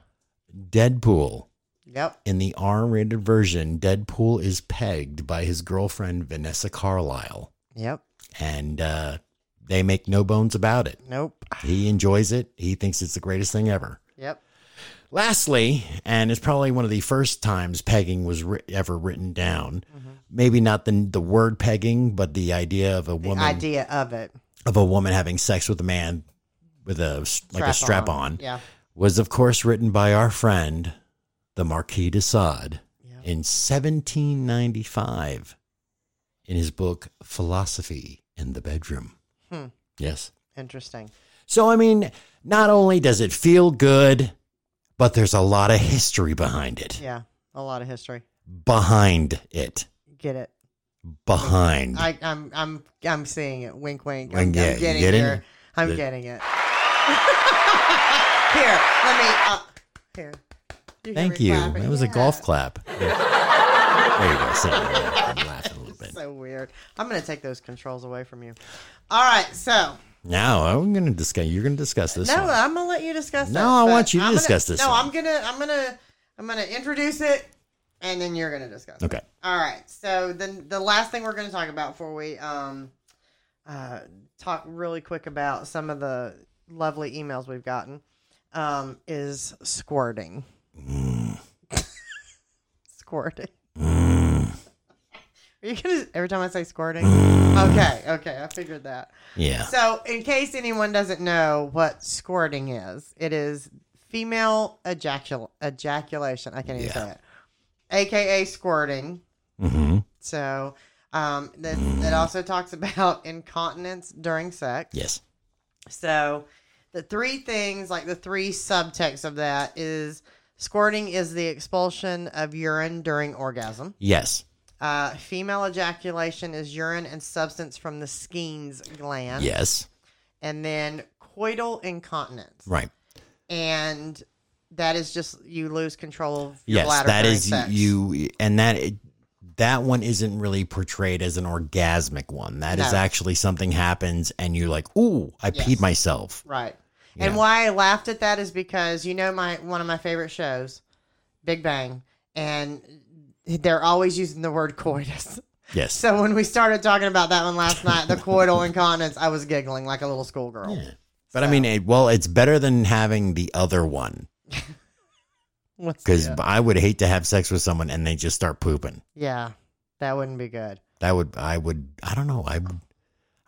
Deadpool. Yep. In the R rated version, Deadpool is pegged by his girlfriend, Vanessa Carlyle. Yep. And uh, they make no bones about it. Nope. He enjoys it, he thinks it's the greatest thing ever. Yep. Lastly, and it's probably one of the first times pegging was writ ever written down. Maybe not the the word pegging, but the idea of a The woman idea of it. of a woman having sex with a man with a s- like a strap on Yeah. was of course written by our friend the Marquis de Sade Yep. in 1795 in his book Philosophy in the Bedroom. Hmm. Yes. Interesting. So I mean, not only does it feel good, but there's a lot of history behind it. Yeah. A lot of history. Behind it. Get it. behind. I, I'm I'm I'm seeing it. Wink, wink. I'm, Wink, yeah, I'm you getting getting here. it? I'm The- getting it. here, let me. Uh, here. You hear Thank me you. clapping? That was a Yeah. golf clap. there you go. Sorry, I'm laughing a little bit. So weird. I'm gonna take those controls away from you. All right, so Now I'm going to discuss. You're going to discuss this. no, one. I'm gonna let you discuss. No, this, I but want you to I'm gonna- discuss this No, one. I'm gonna, I'm gonna, I'm gonna introduce it, and then you're gonna discuss. it. Okay. All right. So then the last thing we're going to talk about before we um uh talk really quick about some of the lovely emails we've gotten um is squirting. squirting. Are you gonna every time I say squirting? okay, okay, I figured that. Yeah. So, in case anyone doesn't know what squirting is, it is female ejacul- ejaculation. I can't even Yeah. say it. AKA squirting. hmm So, um, that, that also talks about incontinence during sex. Yes. So, the three things, like the three subtexts of that, is squirting is the expulsion of urine during orgasm. Yes. Uh, female ejaculation is urine and substance from the Skene's gland Yes. and then coital incontinence. Right. And that is just you lose control of your Yes. bladder. That during is sex. you, and that that one isn't really portrayed as an orgasmic one. That is No. actually something happens, and you're like, "Ooh, I Yes. peed myself." Right. And Yeah. why I laughed at that is because you know my one of my favorite shows, Big Bang, and they're always using the word coitus. Yes. So when we started talking about that one last night, the coital incontinence, I was giggling like a little schoolgirl. Yeah. But I mean, it, well, it's better than having the other one What's- because yeah. I would hate to have sex with someone and they just start pooping. yeah, that wouldn't be good. That would I would I don't know I would-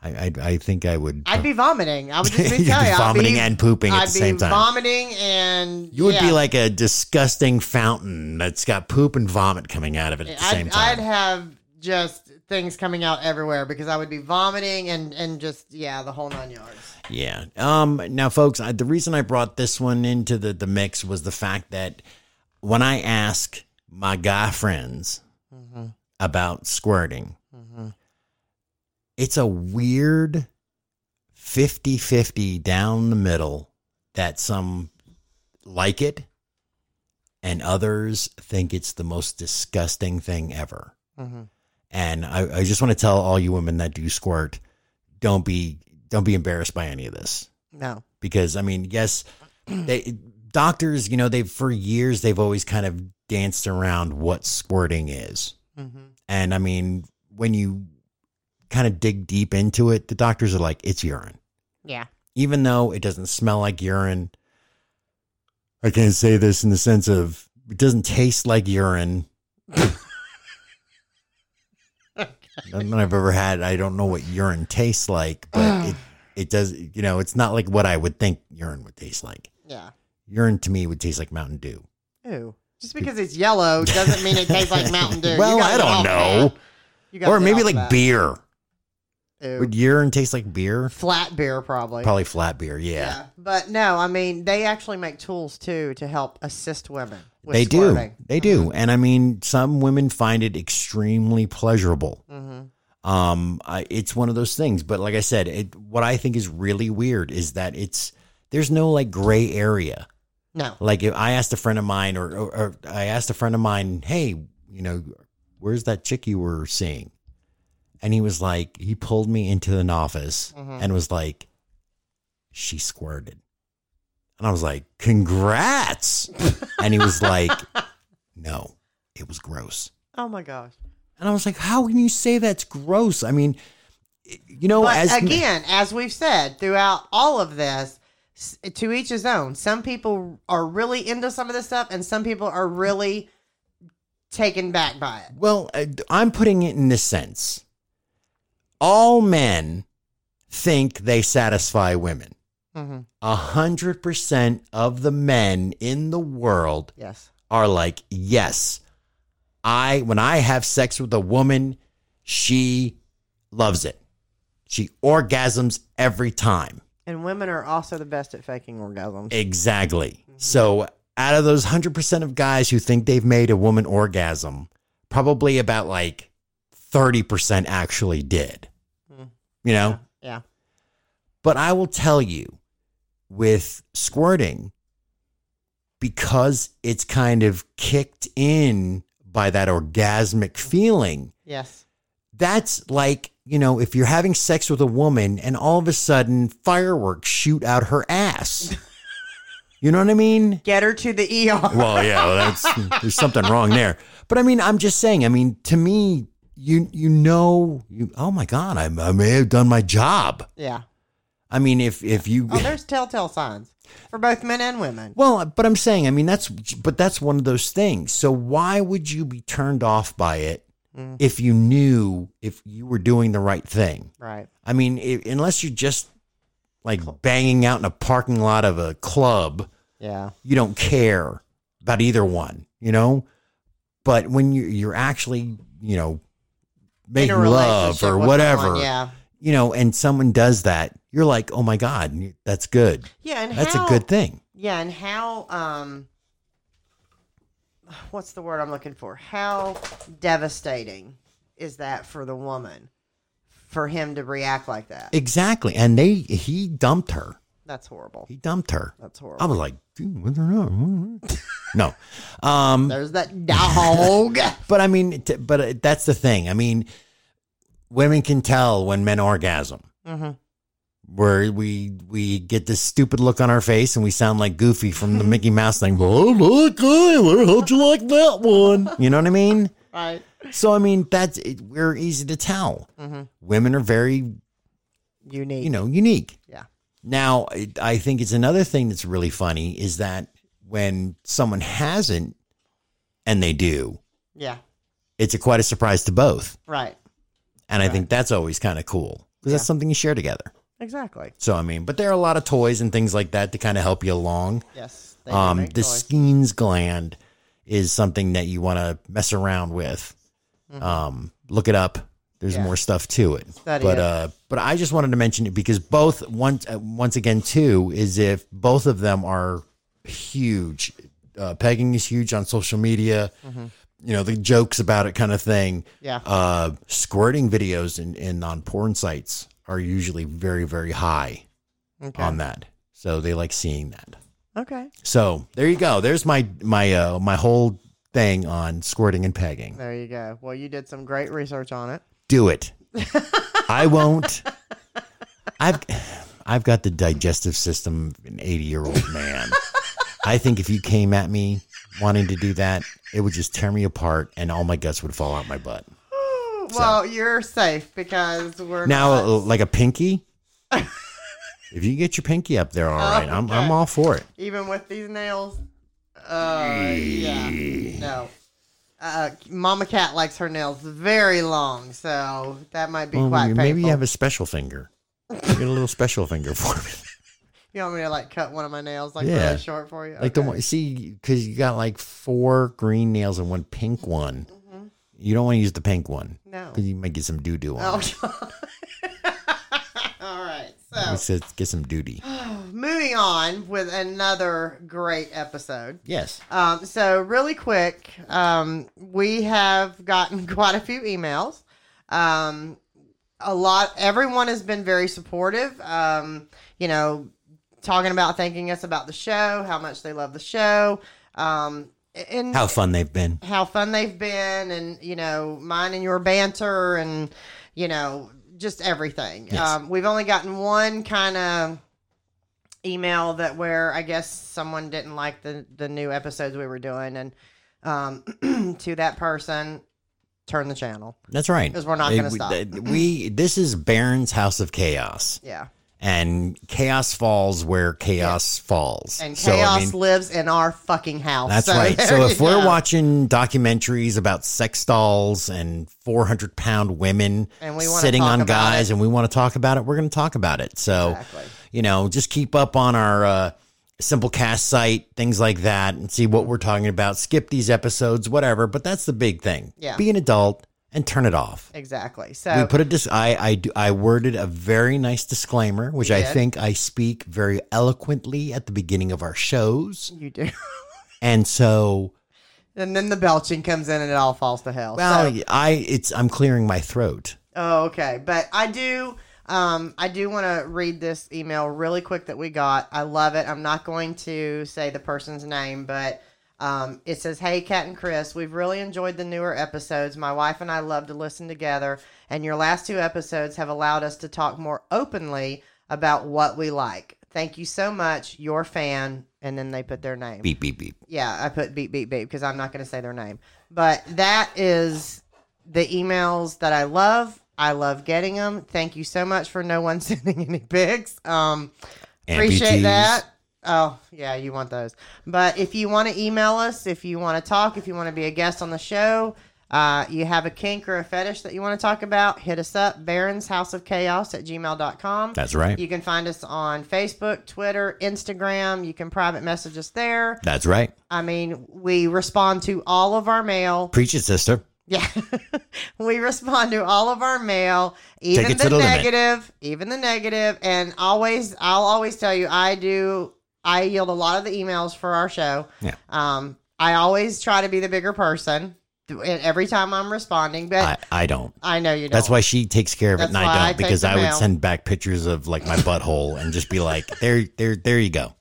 I I, I think I would. I'd be vomiting. I would just You'd be telling you, I'd vomiting be- and pooping at I'd the be same time. vomiting and you would yeah. be like a disgusting fountain that's got poop and vomit coming out of it at the I'd, same time. I'd have just things coming out everywhere because I would be vomiting and and just yeah, the whole nine yards. Yeah. Um. Now, folks, I, the reason I brought this one into the the mix was the fact that when I ask my guy friends Mm-hmm, about squirting, it's a weird 50-50 down the middle that some like it and others think it's the most disgusting thing ever. Mm-hmm. And I, I just want to tell all you women that do squirt, don't be don't be embarrassed by any of this No, because I mean, yes, they doctors, you know, they've for years they've always kind of danced around what squirting is. Mm-hmm. And I mean, when you kind of dig deep into it, the doctors are like, it's urine. yeah, Even though it doesn't smell like urine, I can't say this in the sense of it doesn't taste like urine. None I've ever had. I don't know what urine tastes like, but it, it does, you know, it's not like what I would think urine would taste like. yeah. Urine to me would taste like Mountain Dew. Ew. Just because it's yellow doesn't mean it tastes like Mountain Dew. You Well, gotta I get don't off know. that. You gotta Or get maybe off like that. beer. Ew. Would urine taste like beer? flat beer probably. Probably flat beer, yeah. But no, I mean they actually make tools too to help assist women. With They do. squirting. They do. And I mean, some women find it extremely pleasurable. Mhm. um I, it's one of those things but like i said it what i think is really weird is that it's there's no like gray area No. like if i asked a friend of mine or, or, or i asked a friend of mine hey you know where's that chick you were seeing and he was like he pulled me into an office and was like she squirted and i was like congrats and he was like no it was gross Oh my gosh. and I was like, how can you say that's gross? I mean, you know, But Oh, as again, as we've said throughout all of this, s- to each his own. Some people are really into some of this stuff, and some people are really taken back by it. well, I- I'm putting it in this sense. All men think they satisfy women. Mm-hmm. A hundred percent of the men in the world Yes. are like, yes, I when I have sex with a woman, she loves it. She orgasms every time. And women are also the best at faking orgasms. Exactly. So out of those 100% of guys who think they've made a woman orgasm, probably about like 30% actually did. Mm. You know? Yeah. But I will tell you with squirting, because it's kind of kicked in by that orgasmic feeling, Yes. that's like, you know, if you're having sex with a woman and all of a sudden fireworks shoot out her ass. you know what I mean? Get her to the ER. Well, yeah, well, that's there's something wrong there. But I mean, I'm just saying, I mean, to me, you you know, you oh my god, I, I may have done my job. yeah. I mean, if if you Oh, there's telltale signs for both men and women. Well, but I'm saying, I mean, that's, but that's one of those things. So why would you be turned off by it Mm. if you knew if you were doing the right thing? Right. I mean, i unless you're just like banging out in a parking lot of a club, Yeah. you don't care about either one, you know? But when you, you're actually, you know, In making a love relationship or with whatever, someone, Yeah. you know, and someone does that, you're like, oh my God, that's good. Yeah. And That's how- a good thing. Yeah, and how um what's the word I'm looking for? How devastating is that for the woman for him to react like that? Exactly. And they he dumped her. That's horrible. He dumped her. That's I horrible. was like, dude, what's wrong? no. Um There's that dog. but I mean t- but uh, that's the thing. I mean women can tell when men orgasm. hmm Where we we get this stupid look on our face and we sound like Goofy from the Mickey Mouse thing. Oh, look, I hope you like that one. You know what I mean? Right. So I mean that's it, we're easy to tell. Mm-hmm. Women are very Unique. you know, unique. Yeah. Now, I- I think it's another thing that's really funny is that when someone hasn't and they do, Yeah. it's a quite a surprise to both. Right. And I think that's always kind of cool because that's something you share together. Exactly. So, I mean, but there are a lot of toys and things like that to kind of help you along. Yes. They do Um, make the noise. Skene's gland is something that you want to mess around with. Um, look it up. There's Mm-hmm. Yeah. more stuff to it. Study but it. uh, but I just wanted to mention it because both once uh, once again too is if both of them are huge. Uh, pegging is huge on social media. You know the jokes about it kind of thing. Mm-hmm. Yeah. Uh, squirting videos and and on porn sites are usually very very high Okay. on that. So they like seeing that. okay. So there you go. There's my my uh, my whole thing on squirting and pegging. There you go. Well, you did some great research on it. Do it. I won't. I've I've got the digestive system of an 80 year old man. I think if you came at me wanting to do that, it would just tear me apart, and all my guts would fall out my butt. Well, you're safe because we're Now, not- uh, like a pinky. If you get your pinky up there, all right, I'm I'm all for it. even with these nails. Uh, yeah, no. Uh, Mama Cat likes her nails very long, so that might be Well, quite you- painful. maybe you have a special finger. You got a little special finger for me. You want me to like cut one of my nails like Yeah. really short for you? Like the Okay. one, see, because you got like four green nails and one pink one. You don't want to use the pink one Mm-hmm. No. because you might get some doo doo on. Oh, it. All right. So Let's just get some duty. moving on with another great episode. Yes. Um, so really quick, um, we have gotten quite a few emails. Um, a lot. Everyone has been very supportive. Um, you know, talking about thanking us about the show, how much they love the show, um, and How fun they've been. how fun they've been, and you know, mine and your banter, and you know, just everything. Yes. Um, we've only gotten one kind of email that where I guess someone didn't like the the new episodes we were doing, and um, to that person, turn the channel That's right. 'Cause we're not Eh, gonna we- stop. eh, We this is Baron's House of Chaos, Yeah, and chaos falls where chaos falls. and So, I chaos mean, lives in our fucking house. That's So right. there So you if we're go. watching documentaries about sex dolls and 400 pound women And we wanna sitting talk on about guys it. and we want to talk about it, we're going to talk about it. So, Exactly. you know, just keep up on our uh, Simplecast site, things like that, and see what we're talking about. Skip these episodes, whatever. But that's the big thing. Yeah. Be an adult and turn it off. exactly, so We put a dis- I I do, I worded a very nice disclaimer, which You I did. think I speak very eloquently at the beginning of our shows. you do. And so And then the belching comes in and it all falls to hell. Well, So- I it's I'm clearing my throat. oh, okay. But I do, um, I do want to read this email really quick that we got. I love it. I'm not going to say the person's name, but um, it says, "Hey, Kat and Chris, we've really enjoyed the newer episodes. My wife and I love to listen together, and your last two episodes have allowed us to talk more openly about what we like. Thank you so much, your fan." And then they put their name. Beep beep beep. yeah, I put beep beep beep because I'm not going to say their name. But that is the emails that I love. I love getting them. Thank you so much for no one sending any pics. Um, appreciate Amputees. that. Oh yeah, you want those. But if you want to email us, if you want to talk, if you want to be a guest on the show, uh, you have a kink or a fetish that you want to talk about, hit us up. Barons House of Chaos at gmail.com. That's right. You can find us on Facebook, Twitter, Instagram. You can private message us there. That's right. I mean, we respond to all of our mail. Preach it, sister. Yeah. we respond to all of our mail, even Take it the, to the limit. negative, even the negative, and always I'll always tell you I do I yield a lot of the emails for our show. Yeah. Um I always try to be the bigger person th- every time I'm responding, but I, I, I don't. know you don't. That's why she takes care of it That's and why I I take don't because the I would mail. send back pictures of like my butthole and just be like, there, there, there you go.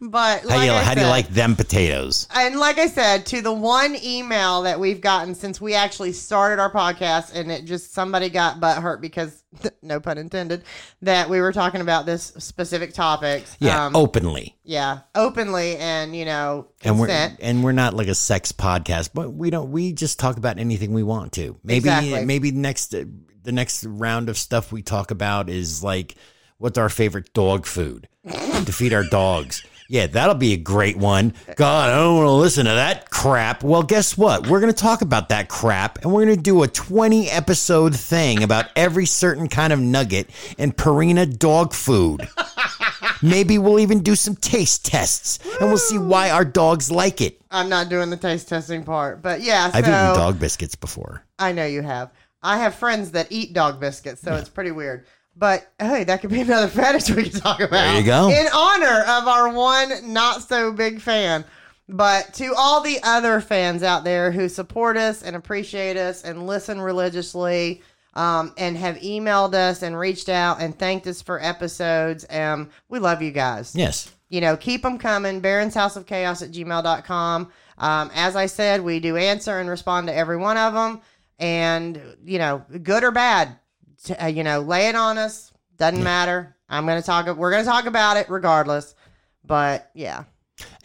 But How do you, I how do you said- like them potatoes? and like I said, to the one email that we've gotten since we actually started our podcast, and it just somebody got butt hurt because, no pun intended, that we were talking about this specific topics. Yeah, um, openly. yeah, openly, and you know, And we're consent. and we're not like a sex podcast, but we don't. We just talk about anything we want to. Maybe Exactly. maybe next the next round of stuff we talk about is like what's our favorite dog food to feed our dogs. Yeah, that'll be a great one. God, I don't want to listen to that crap. Well, guess what? We're going to talk about that crap and we're going to do a 20 episode thing about every certain kind of nugget and Purina dog food. Maybe we'll even do some taste tests and we'll see why our dogs like it. I'm not doing the taste testing part, but yeah, I've so eaten dog biscuits before. I know you have. I have friends that eat dog biscuits, so it's pretty weird. But hey, that could be another fetish we could talk about. There you go. In honor of our one not so big fan. But to all the other fans out there who support us and appreciate us and listen religiously um, and have emailed us and reached out and thanked us for episodes, um, we love you guys Yes. you know, keep them coming. Baron's House of Chaos at gmail.com. Um, as I said, we do answer and respond to every one of them. And, you know, good or bad, t- uh, you know, lay it on us. Doesn't matter. I'm going to talk, we're going to talk about it regardless. But yeah,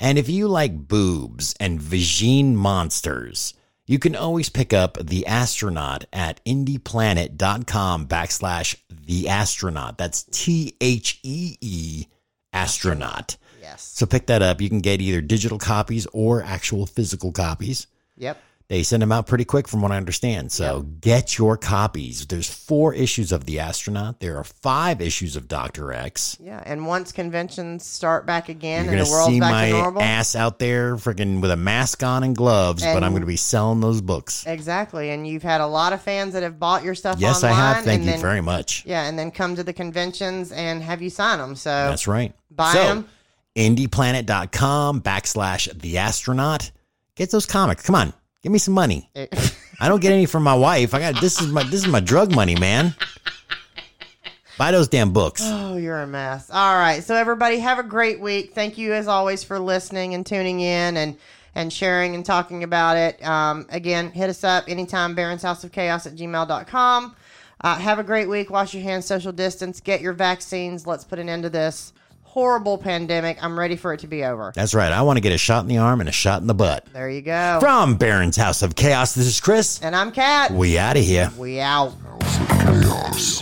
And if you like boobs and vagine monsters, you can always pick up The Astronaut at indieplanet.com backslash The Astronaut. That's T H E E astronaut. yes. So pick that up. You can get either digital copies or actual physical copies. Yep. They send them out pretty quick, from what I understand. So get your copies. There's four issues of The Astronaut. There are five issues of Doctor X. Yeah. And once conventions start back again You're and gonna the world's see back my to normal. ass out there, freaking with a mask on and gloves, but I'm And- gonna be selling those books. exactly. And you've had a lot of fans that have bought your stuff Yes, I online. have. Thank and you then, very much. Yeah. And then come to the conventions and have you sign them. So That's right. buy so, 'em. indieplanet.com backslash the astronaut. Get those comics. Come on, give me some money. it- I don't get any from my wife. I got this is my this is my drug money, man. Buy those damn books. Oh, you're a mess. All right. So everybody have a great week. Thank you as always for listening and tuning in and and sharing and talking about it. Um, again, hit us up anytime, Baron's House of Chaos at gmail.com. Uh, have a great week. Wash your hands, social distance, get your vaccines. Let's put an end to this horrible pandemic. I'm ready for it to be over. That's right. I want to get a shot in the arm and a shot in the butt. There you go. From Baron's House of Chaos, this is Chris. and I'm Kat. We out of here. We out. Chaos.